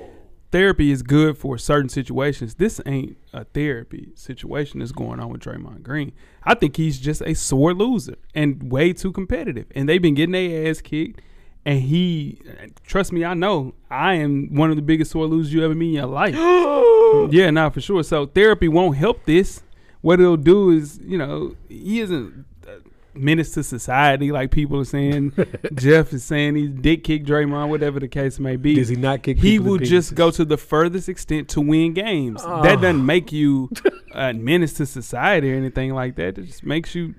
[SPEAKER 4] Therapy is good for certain situations. This ain't a therapy situation that's going on with Draymond Green. I think he's just a sore loser and way too competitive. And they've been getting their ass kicked. And he, trust me, I know I am one of the biggest sore losers you ever meet in your life. yeah, nah, for sure. So therapy won't help this. What it'll do is, you know, he isn't a menace to society like people are saying. Jeff is saying he's dick kick Draymond, whatever the case may be.
[SPEAKER 5] Does he not kick
[SPEAKER 4] He
[SPEAKER 5] people in
[SPEAKER 4] will just
[SPEAKER 5] penises?
[SPEAKER 4] go to the furthest extent to win games. That
[SPEAKER 5] Ah.
[SPEAKER 4] doesn't make you a menace to society or anything like that. It just makes you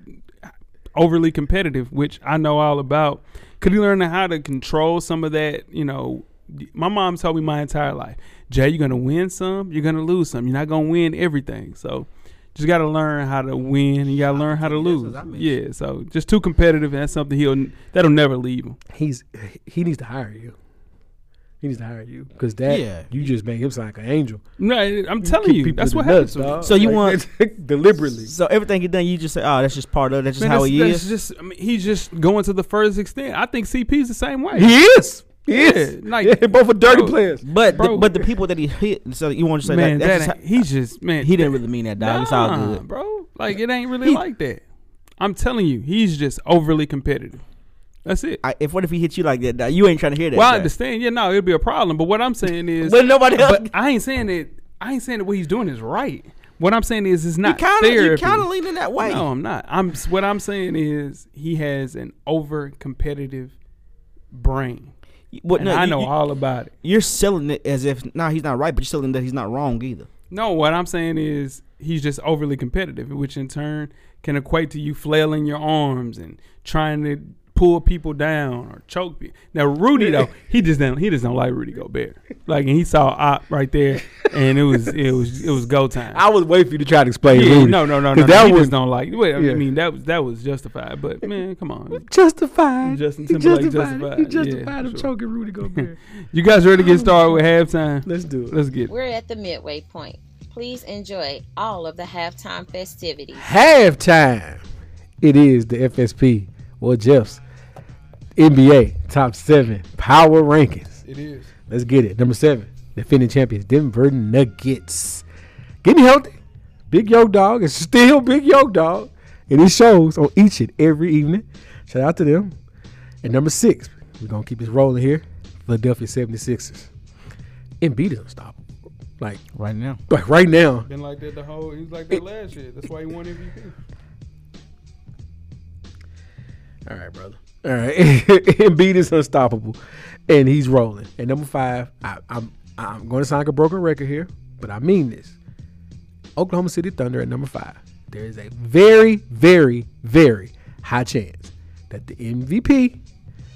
[SPEAKER 4] overly competitive, which I know all about. Could you learn how to control some of that? You know, my mom told me my entire life, Jay, you're gonna win some, you're gonna lose some. You're not gonna win everything. So just gotta learn how to win. and You gotta learn how to lose. Yeah. So just too competitive, and that's something he'll that'll never leave him.
[SPEAKER 5] He's he needs to hire you. He needs to hire you because that
[SPEAKER 6] Yeah.
[SPEAKER 5] you just made him sound like an angel.
[SPEAKER 4] No, I'm telling
[SPEAKER 5] Kick
[SPEAKER 4] you,
[SPEAKER 5] people
[SPEAKER 4] that's
[SPEAKER 5] in
[SPEAKER 4] what
[SPEAKER 5] the
[SPEAKER 4] happens.
[SPEAKER 5] nuts,
[SPEAKER 4] to him.
[SPEAKER 5] dog.
[SPEAKER 6] So you want-
[SPEAKER 5] deliberately?
[SPEAKER 6] So everything he done, you just say, "Oh, that's just part of. it. That's just
[SPEAKER 4] Man,
[SPEAKER 6] how
[SPEAKER 4] that's,
[SPEAKER 6] he
[SPEAKER 4] that's
[SPEAKER 6] is."
[SPEAKER 4] just I mean, he's just going to the furthest extent. I think CP's the same way.
[SPEAKER 5] He is. He
[SPEAKER 4] Yeah,
[SPEAKER 5] is.
[SPEAKER 4] like-
[SPEAKER 5] yeah, both are dirty
[SPEAKER 4] Bro.
[SPEAKER 5] players.
[SPEAKER 6] but the,
[SPEAKER 4] Bro.
[SPEAKER 6] but the people that he hit, so you want to say
[SPEAKER 4] man,
[SPEAKER 6] like, that's
[SPEAKER 4] that ain't,
[SPEAKER 6] just
[SPEAKER 4] he's just man.
[SPEAKER 6] how, he didn't really mean that, dog. it's all
[SPEAKER 4] Nah,
[SPEAKER 6] good.
[SPEAKER 4] bro. Like it ain't really like that. I'm telling you, he's just overly competitive. That's it.
[SPEAKER 6] I, if what if he hit you like that, dog? You ain't trying to hear that.
[SPEAKER 4] well, I
[SPEAKER 6] dog.
[SPEAKER 4] understand. Yeah, no, it'd be a problem. But what I'm saying is,
[SPEAKER 6] But nobody else.
[SPEAKER 4] but I ain't saying that. I ain't saying that what he's doing is right. What I'm saying is, it's
[SPEAKER 6] you
[SPEAKER 4] not
[SPEAKER 6] kind of you
[SPEAKER 4] therapy.
[SPEAKER 6] kind of leaning that way.
[SPEAKER 4] No, I'm not. I'm s- what I'm saying is he has an over competitive brain.
[SPEAKER 6] But
[SPEAKER 4] And
[SPEAKER 6] no,
[SPEAKER 4] I
[SPEAKER 6] you-
[SPEAKER 4] know
[SPEAKER 6] you,
[SPEAKER 4] all about it.
[SPEAKER 6] you're selling it as if nah, he's not right, but you're selling that he's not wrong either.
[SPEAKER 4] No, what I'm saying is he's just overly competitive, which in turn can equate to you flailing your arms and trying to pull people down or choke people. Now Rudy though, he just don't he just don't like Rudy Gobert. Like and he saw Op right there and it was it was it was go time.
[SPEAKER 5] I was waiting for you to try to explain.
[SPEAKER 4] yeah,
[SPEAKER 5] Rudy,
[SPEAKER 4] no, no, no,
[SPEAKER 5] 'cause
[SPEAKER 4] no.
[SPEAKER 5] That
[SPEAKER 4] he
[SPEAKER 5] was
[SPEAKER 4] just don't like. Well, I
[SPEAKER 5] yeah.
[SPEAKER 4] mean, that was that was justified, but man, come on.
[SPEAKER 5] justified.
[SPEAKER 4] Justin
[SPEAKER 5] He
[SPEAKER 4] Timberlake
[SPEAKER 5] justified. it.
[SPEAKER 4] justified.
[SPEAKER 5] He
[SPEAKER 4] Yeah,
[SPEAKER 5] justified him
[SPEAKER 4] sure.
[SPEAKER 5] choking Rudy Gobert.
[SPEAKER 4] You guys ready to get started with halftime?
[SPEAKER 5] Let's do it.
[SPEAKER 4] Let's get. it.
[SPEAKER 3] We're at the midway point. Please enjoy all of the halftime festivities.
[SPEAKER 5] halftime. It is the FSP or Jeff's NBA top seven power rankings.
[SPEAKER 4] It is.
[SPEAKER 5] Let's get it. Number seven, defending champions, Denver Nuggets. Getting healthy. Big Yoke Dog is still Big Yoke Dog. And it shows on each and every evening. Shout out to them. And number six, we're going to keep this rolling here. Philadelphia 76ers. Embiid is unstoppable. Like,
[SPEAKER 6] Right now,
[SPEAKER 5] like right now,
[SPEAKER 4] Been like that the whole. He was like that last year. That's why he won MVP.
[SPEAKER 5] All right, brother. All right, Embiid is unstoppable, and he's rolling. And number five, I, I'm I'm going to sound like a broken record here, but I mean this. Oklahoma City Thunder at number five. There is a very, very, very high chance that the MVP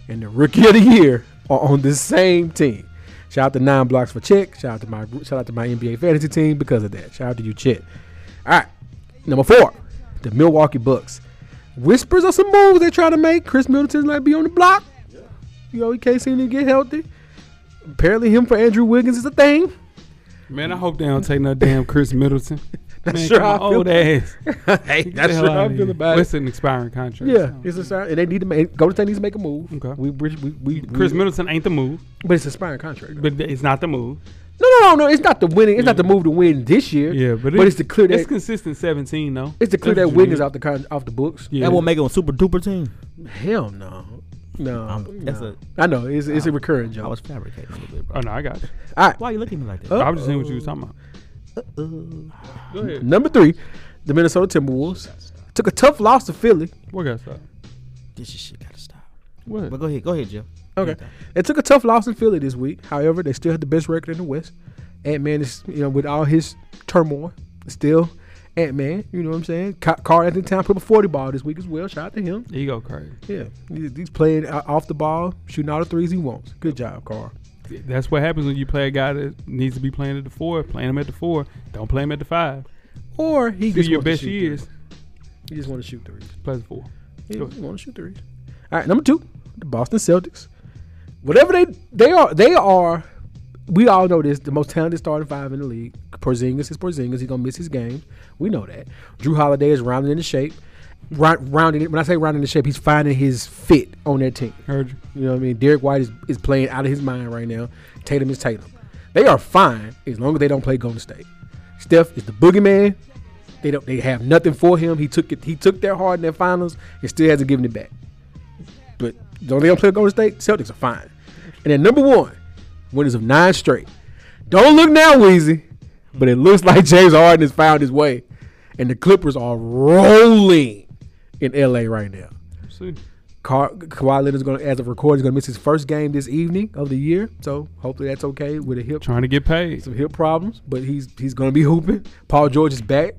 [SPEAKER 5] and the Rookie of the Year are on the same team. Shout out to Nine Blocks for Chick. Shout out to my shout out to my NBA fantasy team because of that. Shout out to you, Chick. All right, number four, the Milwaukee Bucks. Whispers of some moves they try to make. Chris Middleton's like be on the block. You know, he can't seem to get healthy. Apparently, him for Andrew Wiggins is a thing.
[SPEAKER 4] Man, I hope they don't take no damn Chris Middleton. That's Man,
[SPEAKER 5] sure
[SPEAKER 4] come
[SPEAKER 5] how I
[SPEAKER 4] on,
[SPEAKER 5] feel.
[SPEAKER 4] old ass.
[SPEAKER 5] hey, that's
[SPEAKER 4] Get the
[SPEAKER 5] how
[SPEAKER 4] hell
[SPEAKER 5] I
[SPEAKER 4] outta
[SPEAKER 5] feel
[SPEAKER 4] here.
[SPEAKER 5] about
[SPEAKER 4] It's
[SPEAKER 5] it.
[SPEAKER 4] an expiring contract.
[SPEAKER 5] Yeah,
[SPEAKER 4] so.
[SPEAKER 5] it's inspiring, and they need to make. Golden State needs to make a move.
[SPEAKER 4] Okay.
[SPEAKER 5] we, we, we, we
[SPEAKER 4] Chris
[SPEAKER 5] we-
[SPEAKER 4] Middleton ain't the move,
[SPEAKER 5] but it's an inspiring contract. though.
[SPEAKER 4] but th- it's not the move.
[SPEAKER 5] No, no, no, no. It's not the winning. It's not the move to win this year. it's, to clear that
[SPEAKER 4] It's
[SPEAKER 5] it's,
[SPEAKER 4] consistent 17 though.
[SPEAKER 5] to clear
[SPEAKER 4] That's
[SPEAKER 5] that
[SPEAKER 4] what you
[SPEAKER 5] Wiggins
[SPEAKER 4] need.
[SPEAKER 5] out the con, off the books.
[SPEAKER 4] Yeah.
[SPEAKER 6] that will make him a super duper team.
[SPEAKER 5] Hell no, no.
[SPEAKER 6] Um, that's
[SPEAKER 5] no.
[SPEAKER 6] a-
[SPEAKER 5] I know it's, it's a recurring
[SPEAKER 6] I
[SPEAKER 5] job.
[SPEAKER 6] was fabricating a little bit, bro.
[SPEAKER 4] Oh no, I got you.
[SPEAKER 5] All right,
[SPEAKER 6] Why you looking at me like that?
[SPEAKER 4] I was just seeing what you was talking about. Go ahead.
[SPEAKER 5] number three, the Minnesota Timberwolves took a tough loss to Philly.
[SPEAKER 4] What got that?
[SPEAKER 6] This shit gotta stop.
[SPEAKER 4] What?
[SPEAKER 6] But go ahead, go ahead, Jeff.
[SPEAKER 5] Okay. They took a tough loss in Philly this week. However, they still had the best record in the West. Ant Man is, you know, with all his turmoil, still Ant Man. You know what I'm saying? Ca- Carl Anthony Town put up a 40 ball this week as well. Shout out to him.
[SPEAKER 4] There you go, Craig.
[SPEAKER 5] Yeah. He- He's playing o- off the ball, shooting all the threes he wants. Good job, Carl.
[SPEAKER 4] That's what happens when you play a guy that needs to be playing at the four. Playing him at the four. Don't play him at the five.
[SPEAKER 5] Or he
[SPEAKER 4] Do
[SPEAKER 5] just
[SPEAKER 4] your
[SPEAKER 5] wants to
[SPEAKER 4] best
[SPEAKER 5] shoot
[SPEAKER 4] years.
[SPEAKER 5] threes. He just want to shoot threes.
[SPEAKER 4] Play the four.
[SPEAKER 5] He
[SPEAKER 4] Sure.
[SPEAKER 5] just want to shoot threes. All right, number two, the Boston Celtics. Whatever they they are, they are. We all know this. The most talented starting five in the league. Porzingis is Porzingis. He's gonna miss his games. We know that. Drew Holiday is rounding into shape. Round, rounding it. When I say rounding into shape, he's finding his fit on that team.
[SPEAKER 4] Heard you.
[SPEAKER 5] You know what I mean? Derek White is, is playing out of his mind right now. Tatum is Tatum. They are fine as long as they don't play Golden State. Steph is the boogeyman. They don't. They have nothing for him. He took it. He took their heart in their finals and still hasn't given it back. But as long as they don't play Golden State, Celtics are fine. And then number one, winners of nine straight. Don't look now, Weezy, but it looks like James Harden has found his way, and the Clippers are rolling in LA right now.
[SPEAKER 4] See.
[SPEAKER 5] Ka- Kawhi Leonard is going to, as of recording, is going to miss his first game this evening of the year. So hopefully that's okay with a hip
[SPEAKER 4] Trying to get paid.
[SPEAKER 5] some hip problems, but he's he's going to be hooping. Paul George is back.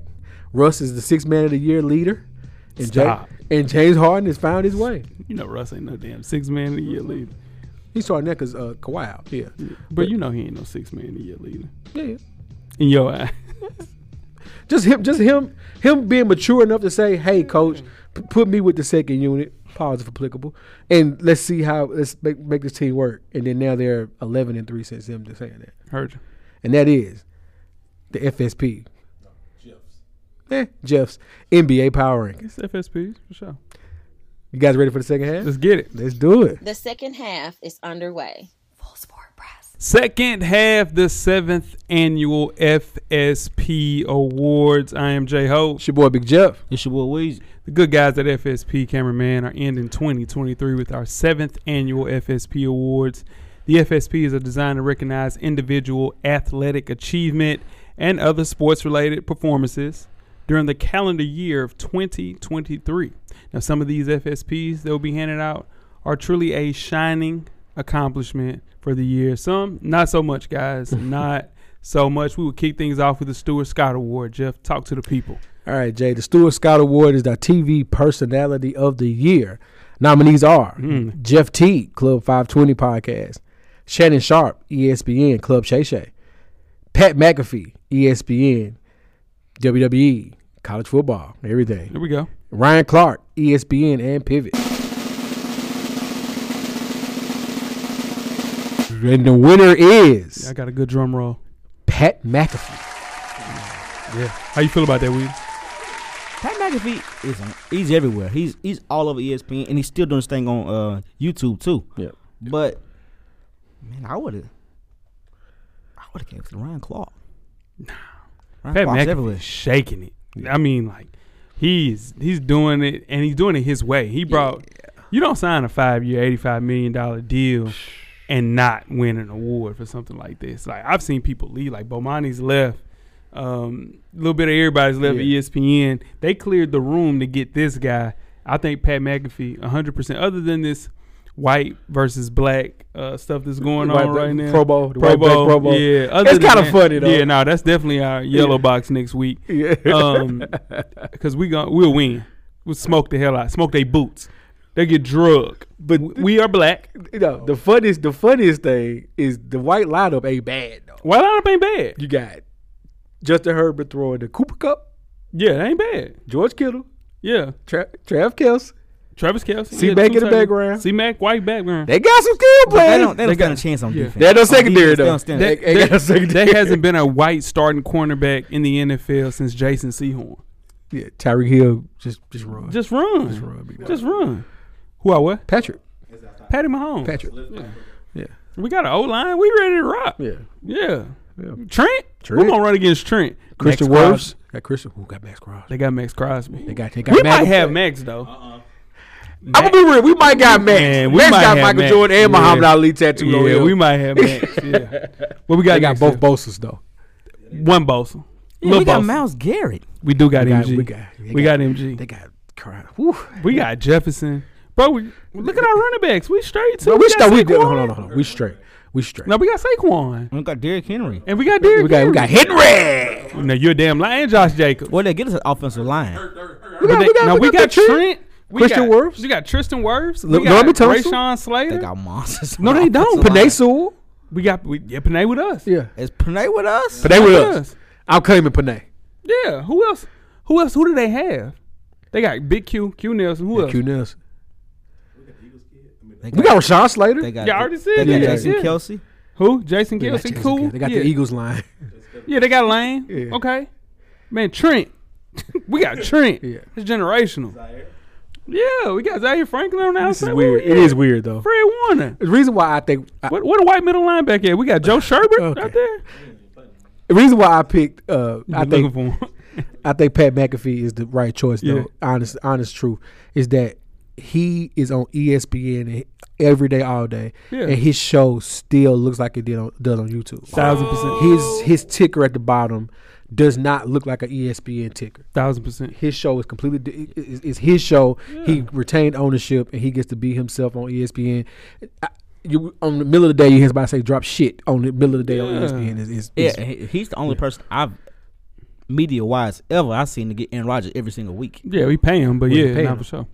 [SPEAKER 5] Russ is the sixth man of the year leader, and Ja-
[SPEAKER 4] Stop.
[SPEAKER 5] and James Harden has found his way.
[SPEAKER 4] You know Russ ain't no damn six man of the year leader.
[SPEAKER 5] He's starting that because uh, Kawhi out. Yeah,
[SPEAKER 4] But you know he ain't no six man of the year leader.
[SPEAKER 5] yeah, yeah.
[SPEAKER 4] In your eye.
[SPEAKER 5] Just him, just him, him being mature enough to say, "Hey, coach, p- put me with the second unit." Pause if applicable, and let's see how let's make, make this team work. And then now they're eleven and three since him just saying that.
[SPEAKER 4] Heard you.
[SPEAKER 5] and that is the FSP. Jeff's. Eh, Jeff's NBA Power
[SPEAKER 4] It's
[SPEAKER 5] Rankings.
[SPEAKER 4] FSPs for sure.
[SPEAKER 5] You guys ready for the second half?
[SPEAKER 4] Let's get it.
[SPEAKER 5] Let's do it.
[SPEAKER 3] The second half is underway.
[SPEAKER 4] Second half, the seventh annual FSP Awards. I am J Hope.
[SPEAKER 5] It's your boy Big Jeff.
[SPEAKER 6] It's your boy Weezy.
[SPEAKER 4] The good guys at FSP Cameraman are ending 2023 with our seventh annual FSP Awards. The FSPs are designed to recognize individual athletic achievement and other sports related performances during the calendar year of 2023. Now, some of these FSPs that will be handed out are truly a shining accomplishment for the year. Some, not so much, guys. not so much. We will kick things off with the Stuart Scott Award. Jeff, talk to the people.
[SPEAKER 5] All right, Jay. The Stuart Scott Award is the TV Personality of the Year. Nominees are Jeff Teague, Club 520 Podcast, Shannon Sharp, E ESPN, Club Shay Shay, Pat McAfee, E ESPN, WWE, E, college football, everything.
[SPEAKER 4] There we go.
[SPEAKER 5] Ryan Clark, E ESPN, and Pivot. And the winner
[SPEAKER 4] Yeah, I
[SPEAKER 5] is
[SPEAKER 4] got a good drum roll.
[SPEAKER 5] Pat McAfee.
[SPEAKER 4] How you feel about that, Weezy?
[SPEAKER 6] Pat McAfee is on, he's everywhere. He's he's all over E ESPN and he's still doing his thing on uh, YouTube too.
[SPEAKER 5] Yeah.
[SPEAKER 6] But man, I would have I would have gave it to Ryan Clark. Nah. Ryan
[SPEAKER 4] Pat
[SPEAKER 6] Clark's
[SPEAKER 4] McAfee
[SPEAKER 6] everywhere.
[SPEAKER 4] is shaking it. I mean, like he's he's doing it, and he's doing it his way. He brought. You don't sign a five year, eighty five million dollar deal and not win an award for something like this. Like I've seen people leave. Like Bomani's left. A little bit of everybody's left E
[SPEAKER 5] Yeah.
[SPEAKER 4] at ESPN. They cleared the room to get this guy. I think Pat McAfee, hundred percent. Other than this white versus black uh, stuff that's going
[SPEAKER 5] White
[SPEAKER 4] on
[SPEAKER 5] black-
[SPEAKER 4] right now,
[SPEAKER 5] Pro Bowl, the white black Pro Bowl.
[SPEAKER 4] yeah. Other
[SPEAKER 5] It's
[SPEAKER 4] than
[SPEAKER 5] kinda
[SPEAKER 4] that-
[SPEAKER 5] funny, though.
[SPEAKER 4] Yeah, no, that's definitely our yellow box next week.
[SPEAKER 5] Yeah.
[SPEAKER 4] Um, because we gon' we'll win. We'll smoke the hell out. Smoke they boots. They get drug. But we are black.
[SPEAKER 5] You know, the funniest the funniest thing is the white lineup ain't bad though.
[SPEAKER 4] White lineup ain't bad.
[SPEAKER 5] You got Justin Herbert throwing the Cooper Cup,
[SPEAKER 4] Yeah, it ain't bad.
[SPEAKER 5] George Kittle,
[SPEAKER 4] Yeah,
[SPEAKER 5] Tra- Trav Kelce.
[SPEAKER 4] Travis Kelsey.
[SPEAKER 5] See
[SPEAKER 4] yeah,
[SPEAKER 5] Mack in the
[SPEAKER 4] two tight-
[SPEAKER 5] background.
[SPEAKER 4] See Mac white background.
[SPEAKER 5] They got some skill
[SPEAKER 6] But they
[SPEAKER 5] players.
[SPEAKER 6] don't they don't stand a chance on
[SPEAKER 4] yeah.
[SPEAKER 6] defense.
[SPEAKER 5] They had no
[SPEAKER 6] On
[SPEAKER 5] secondary
[SPEAKER 6] defense, they
[SPEAKER 5] though.
[SPEAKER 6] don't stand a-
[SPEAKER 5] They-
[SPEAKER 4] That-
[SPEAKER 5] they got a
[SPEAKER 4] that,
[SPEAKER 5] secondary.
[SPEAKER 4] that hasn't been a white starting cornerback in the NFL since Jason Sehorn.
[SPEAKER 5] Yeah, Tyreek Hill just just run.
[SPEAKER 4] Just run. Just
[SPEAKER 5] run,
[SPEAKER 4] run.
[SPEAKER 5] big dog.
[SPEAKER 4] Just run. Who I what?
[SPEAKER 5] Patrick.
[SPEAKER 4] Patty Mahomes.
[SPEAKER 5] Patrick.
[SPEAKER 4] We got an O line. We ready to rock.
[SPEAKER 5] Yeah.
[SPEAKER 4] Yeah.
[SPEAKER 5] Yeah.
[SPEAKER 4] Trent?
[SPEAKER 5] Trent.
[SPEAKER 4] We're gonna run against Trent.
[SPEAKER 5] Christian
[SPEAKER 4] Max
[SPEAKER 5] Wirfs. Got Christian. Who got Max Crosby?
[SPEAKER 4] They got Max Crosby.
[SPEAKER 5] They got Uh-uh. they got
[SPEAKER 4] we
[SPEAKER 5] Mac-
[SPEAKER 4] might have Max though.
[SPEAKER 5] I'm gonna be real. We might got Max.
[SPEAKER 4] Man, we
[SPEAKER 5] Max
[SPEAKER 4] might
[SPEAKER 5] got
[SPEAKER 4] have
[SPEAKER 5] Michael
[SPEAKER 4] Max.
[SPEAKER 5] Jordan and
[SPEAKER 4] Yeah.
[SPEAKER 5] Muhammad Ali tattooed on
[SPEAKER 4] yeah,
[SPEAKER 5] him.
[SPEAKER 4] we might have Max. Yeah, but we got
[SPEAKER 5] They got
[SPEAKER 4] next
[SPEAKER 5] both
[SPEAKER 4] year.
[SPEAKER 5] Bosa's though.
[SPEAKER 4] one Bosa.
[SPEAKER 6] Yeah,
[SPEAKER 4] Lil
[SPEAKER 6] we got
[SPEAKER 4] Bosa.
[SPEAKER 6] Miles Garrett.
[SPEAKER 4] We do got
[SPEAKER 5] We got-
[SPEAKER 4] MG.
[SPEAKER 5] we got- they
[SPEAKER 4] we got,
[SPEAKER 5] got-
[SPEAKER 4] MG.
[SPEAKER 5] They got crap. Whew.
[SPEAKER 4] we got Jefferson. Bro, we, look at our running backs. We straight. too.
[SPEAKER 5] Bro, we straight.
[SPEAKER 4] got
[SPEAKER 5] We good.
[SPEAKER 4] Saquon.
[SPEAKER 5] Hold on, hold on. We straight. We straight.
[SPEAKER 4] No, we got Saquon.
[SPEAKER 6] We got Derrick Henry.
[SPEAKER 4] And we got Derrick.
[SPEAKER 5] We got we got Henry.
[SPEAKER 4] Henry. No, you're a damn lying, Josh Jacobs.
[SPEAKER 6] Well, they get us an offensive line.
[SPEAKER 4] We
[SPEAKER 5] got- we got-
[SPEAKER 4] now
[SPEAKER 5] we
[SPEAKER 4] we,
[SPEAKER 5] got
[SPEAKER 4] got,
[SPEAKER 5] the Trent,
[SPEAKER 4] Trent. We
[SPEAKER 5] Christian
[SPEAKER 4] got,
[SPEAKER 5] Wirfs.
[SPEAKER 4] We got Tristan Wirfs.
[SPEAKER 5] L-
[SPEAKER 4] we got
[SPEAKER 5] Norman Tunsil.
[SPEAKER 4] Rayshawn Slater.
[SPEAKER 6] They got monsters.
[SPEAKER 4] No, they don't.
[SPEAKER 6] Offensive line.
[SPEAKER 5] Panay Sewell.
[SPEAKER 4] we got we, yeah, Panay with us.
[SPEAKER 5] Yeah.
[SPEAKER 6] Is Panay with us?
[SPEAKER 5] Panay with
[SPEAKER 4] Yes.
[SPEAKER 5] us. I'm claiming Panay.
[SPEAKER 4] Yeah. Who else? Who else? Who do they have? They got Big Q, Q Nelson. Who else?
[SPEAKER 5] Q Nelson.
[SPEAKER 6] They
[SPEAKER 5] We got Rashawn Slater.
[SPEAKER 6] They got.
[SPEAKER 4] Yeah, I already said
[SPEAKER 6] They got
[SPEAKER 4] that.
[SPEAKER 6] Jason
[SPEAKER 4] Yeah.
[SPEAKER 6] Kelsey.
[SPEAKER 4] Who? Jason
[SPEAKER 5] They got
[SPEAKER 4] Kelsey.
[SPEAKER 5] Jason
[SPEAKER 4] Cool.
[SPEAKER 5] Kidd. They got
[SPEAKER 4] yeah.
[SPEAKER 5] the Eagles line.
[SPEAKER 4] Yeah, they got Lane.
[SPEAKER 5] Yeah.
[SPEAKER 4] Okay. Man, Trent. we got Trent.
[SPEAKER 5] Yeah.
[SPEAKER 4] It's generational. Yeah, we got Zaire Franklin on the
[SPEAKER 5] This
[SPEAKER 4] outside.
[SPEAKER 5] is
[SPEAKER 4] Who
[SPEAKER 5] weird.
[SPEAKER 4] we
[SPEAKER 5] It
[SPEAKER 4] got?
[SPEAKER 5] is weird though.
[SPEAKER 4] Fred Warner.
[SPEAKER 5] The reason why I think I-
[SPEAKER 4] What what a white middle linebacker at? We got Joe Sherbert
[SPEAKER 5] Okay.
[SPEAKER 4] out there.
[SPEAKER 5] the reason why I picked uh I
[SPEAKER 4] Been looking
[SPEAKER 5] think
[SPEAKER 4] for him.
[SPEAKER 5] I think Pat McAfee is the right choice though.
[SPEAKER 4] Yeah.
[SPEAKER 5] Honest honest truth is that he is on E ESPN every day all day
[SPEAKER 4] Yeah.
[SPEAKER 5] and his show still looks like it did on, does on YouTube.
[SPEAKER 4] Thousand percent.
[SPEAKER 5] His his ticker at the bottom does not look like E an ESPN ticker.
[SPEAKER 4] Thousand percent.
[SPEAKER 5] his show is completely di- i- i- it's his show. He retained ownership and he gets to be himself on E ESPN. I, you on the middle of the day you hear somebody say drop shit on the middle of the day on E
[SPEAKER 4] Yeah.
[SPEAKER 5] ESPN is, is,
[SPEAKER 6] Yeah,
[SPEAKER 5] is-
[SPEAKER 6] he- he's the only person I've media wise ever I seen to get Aaron Rodgers every single week.
[SPEAKER 4] Yeah, we pay him, but
[SPEAKER 5] Well, you
[SPEAKER 4] yeah,
[SPEAKER 5] pay
[SPEAKER 4] not
[SPEAKER 5] him.
[SPEAKER 4] for sure.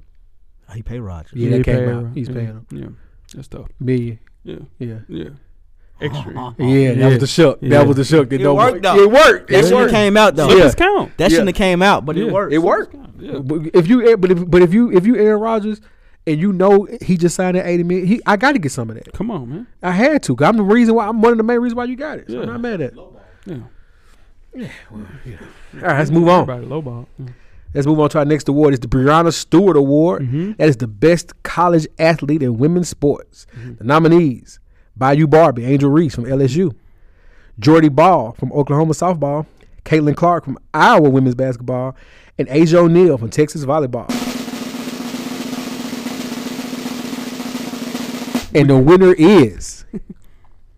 [SPEAKER 6] He pay Rodgers.
[SPEAKER 5] Yeah,
[SPEAKER 4] we
[SPEAKER 5] that came
[SPEAKER 4] pay
[SPEAKER 5] out.
[SPEAKER 4] him.
[SPEAKER 5] He's
[SPEAKER 4] yeah.
[SPEAKER 5] paying him.
[SPEAKER 4] Yeah, that's tough.
[SPEAKER 5] million.
[SPEAKER 4] Yeah,
[SPEAKER 5] Yeah.
[SPEAKER 4] yeah. Extra.
[SPEAKER 5] yeah, that was the shook.
[SPEAKER 4] Yeah.
[SPEAKER 5] That was the shook. That
[SPEAKER 6] It
[SPEAKER 5] don't
[SPEAKER 6] worked,
[SPEAKER 5] work.
[SPEAKER 6] though.
[SPEAKER 5] It worked.
[SPEAKER 6] That
[SPEAKER 5] It
[SPEAKER 6] shouldn't have
[SPEAKER 5] worked.
[SPEAKER 6] came out though.
[SPEAKER 4] Let
[SPEAKER 5] Yeah.
[SPEAKER 4] us count.
[SPEAKER 6] That
[SPEAKER 5] Yeah.
[SPEAKER 6] shouldn't have came out, but
[SPEAKER 4] Yeah.
[SPEAKER 6] it worked.
[SPEAKER 5] It worked.
[SPEAKER 4] Yeah.
[SPEAKER 5] But If you but if but if you if you Aaron Rodgers and you know he just signed an eighty million, he I got to get some of that.
[SPEAKER 4] Come on, man.
[SPEAKER 5] I had to. 'cause I'm the reason why. I'm one of the main reasons why you got it. So I'm
[SPEAKER 4] Yeah.
[SPEAKER 5] not mad at. it. All
[SPEAKER 4] Yeah.
[SPEAKER 5] right, let's move on.
[SPEAKER 4] Everybody lowball. Yeah.
[SPEAKER 5] Let's move on to our next award. It's the Brianna Stewart Award. That is the best college athlete in women's sports. The nominees: Bayou Barbie, Angel Reese from LSU, Jordy Ball from Oklahoma softball, Caitlin Clark from Iowa women's basketball, and Asia O'Neal from Texas volleyball. And the winner is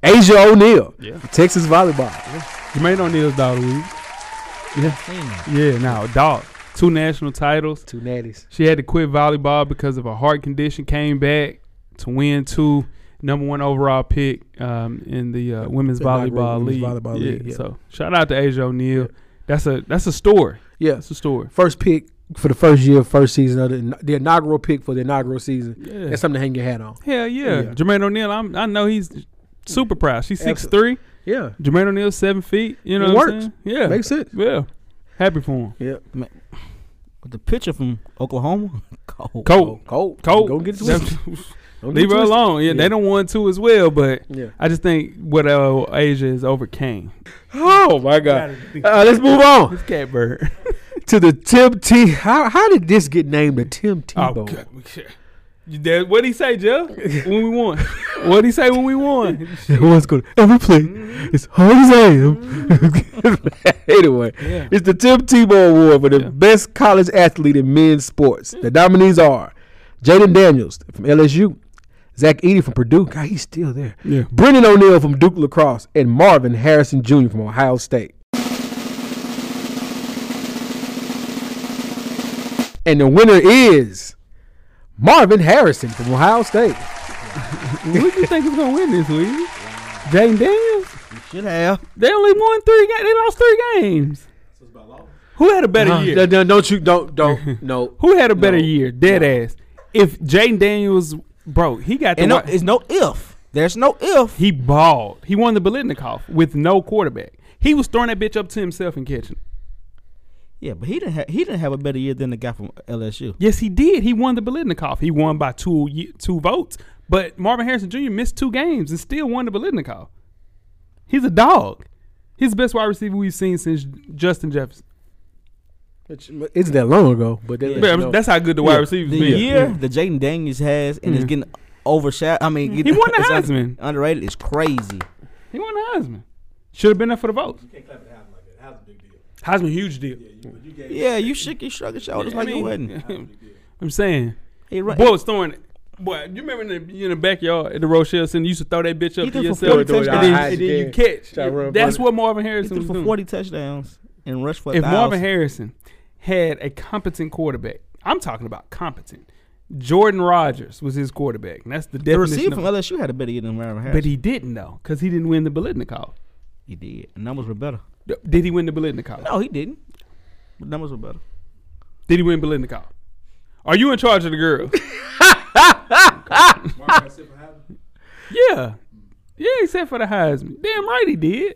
[SPEAKER 5] Asia O'Neal,
[SPEAKER 4] Yeah.
[SPEAKER 5] Texas volleyball.
[SPEAKER 4] Jermaine O'Neal's dog of the week.
[SPEAKER 6] Man,
[SPEAKER 4] Yeah, now dog. Two national titles.
[SPEAKER 5] Two natties.
[SPEAKER 4] She had to quit volleyball because of a heart condition. Came back to win two number one overall pick um, in the uh, women's
[SPEAKER 5] Inaugural
[SPEAKER 4] volleyball
[SPEAKER 5] women's
[SPEAKER 4] league.
[SPEAKER 5] volleyball
[SPEAKER 4] yeah,
[SPEAKER 5] league, yeah.
[SPEAKER 4] So shout out to Asia O'Neal. That's a that's a story.
[SPEAKER 5] Yeah.
[SPEAKER 4] That's a story.
[SPEAKER 5] first pick for the first year, first season of the, the inaugural pick for the inaugural season.
[SPEAKER 4] Yeah.
[SPEAKER 5] That's something to hang your hat on.
[SPEAKER 4] Hell yeah.
[SPEAKER 5] Yeah.
[SPEAKER 4] Jermaine O'Neal, I'm, I know he's super proud. She's six
[SPEAKER 5] Absolutely.
[SPEAKER 4] three.
[SPEAKER 5] Yeah,
[SPEAKER 4] Jermaine O'Neal seven feet. You know
[SPEAKER 5] It
[SPEAKER 4] what I'm
[SPEAKER 5] works.
[SPEAKER 4] saying? Yeah.
[SPEAKER 5] makes sense.
[SPEAKER 4] Yeah. Happy for him.
[SPEAKER 5] Yeah,
[SPEAKER 6] The picture from Oklahoma. Cold.
[SPEAKER 4] Cold.
[SPEAKER 5] cold,
[SPEAKER 4] Cold.
[SPEAKER 5] Don't Oh. get it
[SPEAKER 4] That's-
[SPEAKER 5] twisted. Don't get
[SPEAKER 4] Leave
[SPEAKER 5] it
[SPEAKER 4] her
[SPEAKER 5] twisted.
[SPEAKER 4] alone. Yeah,
[SPEAKER 5] Yeah.
[SPEAKER 4] they don't want to as well, but
[SPEAKER 5] Yeah.
[SPEAKER 4] I just think what uh, Asia is overcame.
[SPEAKER 5] Oh my God. Uh, let's move on
[SPEAKER 4] Catbird.
[SPEAKER 5] to the Tim T. How how did this get named the Tim
[SPEAKER 4] Oh,
[SPEAKER 5] Tebow?
[SPEAKER 4] God. You did- what'd he say, Jeff? when we won. What'd he say when we won?
[SPEAKER 5] It was good. Every play,
[SPEAKER 4] Mm-hmm.
[SPEAKER 5] as hard as I am. anyway,
[SPEAKER 4] Yeah.
[SPEAKER 5] it's the Tim Tebow Award for the
[SPEAKER 4] Yeah.
[SPEAKER 5] best college athlete in men's sports. The nominees are Jaden Daniels from LSU, Zach Eady from Purdue. God, he's still there.
[SPEAKER 4] Yeah.
[SPEAKER 5] Brendan O'Neill from Duke Lacrosse, and Marvin Harrison Jr. from Ohio State. And the winner is Marvin Harrison from Ohio State.
[SPEAKER 4] Who do you think is gonna win this week? Jane Daniels?
[SPEAKER 6] Should have.
[SPEAKER 4] They only won three games. They lost three games. Who had a better
[SPEAKER 5] Uh,
[SPEAKER 4] year?
[SPEAKER 5] no, no, don't you don't don't no.
[SPEAKER 4] Who had a better
[SPEAKER 5] No.
[SPEAKER 4] year? Dead ass. If Jane Daniels, bro, he got the
[SPEAKER 6] And no,
[SPEAKER 4] wi-
[SPEAKER 6] it's no if. There's no if.
[SPEAKER 4] He balled. He won the Belitnikov with no quarterback. He was throwing that bitch up to himself and catching. it.
[SPEAKER 6] Yeah, but he didn't. Ha- he didn't have a better year than the guy from LSU.
[SPEAKER 4] Yes, he did. He won the Belitnikov. He won by two ye- two votes. But Marvin Harrison Jr. missed two games and still won the Belitnikov. He's a dog. He's the best wide receiver we've seen since Justin Jefferson.
[SPEAKER 5] It's that long ago, but that lets
[SPEAKER 4] Man,
[SPEAKER 5] you know.
[SPEAKER 4] that's how good the wide
[SPEAKER 5] Yeah.
[SPEAKER 4] receivers
[SPEAKER 6] The
[SPEAKER 4] been.
[SPEAKER 6] year that Jaden Daniels has and is getting overshadowed. I mean,
[SPEAKER 4] He won the
[SPEAKER 6] it's un-
[SPEAKER 4] Heisman.
[SPEAKER 6] underrated. It's crazy.
[SPEAKER 4] He won the Heisman. Should have been there for the votes. You can't clap at Heisman like that. Heisman's a big deal. Heisman, huge deal.
[SPEAKER 6] Yeah, you should you shrug your shoulders like it wasn't.
[SPEAKER 4] I'm saying.
[SPEAKER 6] He run,
[SPEAKER 4] Boy was throwing it. Boy, you remember in the, in the backyard at the Rochelle Center, you used to throw that bitch
[SPEAKER 6] He
[SPEAKER 4] up
[SPEAKER 6] threw
[SPEAKER 4] to
[SPEAKER 6] for
[SPEAKER 4] yourself,
[SPEAKER 6] 40
[SPEAKER 4] and, then,
[SPEAKER 5] touchdowns.
[SPEAKER 4] and then you
[SPEAKER 5] Yeah.
[SPEAKER 4] catch.
[SPEAKER 5] Try to run
[SPEAKER 4] That's
[SPEAKER 5] for it.
[SPEAKER 4] what Marvin
[SPEAKER 6] he
[SPEAKER 4] Harrison
[SPEAKER 6] threw
[SPEAKER 4] was
[SPEAKER 6] for
[SPEAKER 4] doing.
[SPEAKER 6] 40 touchdowns and rushed for
[SPEAKER 4] if
[SPEAKER 6] 1,000.
[SPEAKER 4] Marvin Harrison had a competent quarterback, I'm talking about competent. Jordan Rogers was his quarterback. And that's the
[SPEAKER 6] The
[SPEAKER 4] definition.
[SPEAKER 6] receiver
[SPEAKER 4] Of,
[SPEAKER 6] from LSU had a better year than Aaron Harris.
[SPEAKER 4] but he didn't though, because he didn't win the Bolitnikov.
[SPEAKER 6] he did. And numbers were better.
[SPEAKER 4] D- Did he win the Bolitnikov?
[SPEAKER 6] No, he didn't. But numbers were better.
[SPEAKER 4] Did he win Bolitnikov? Are you in charge of the girls? yeah, yeah. Except for the Heisman. Damn right he did.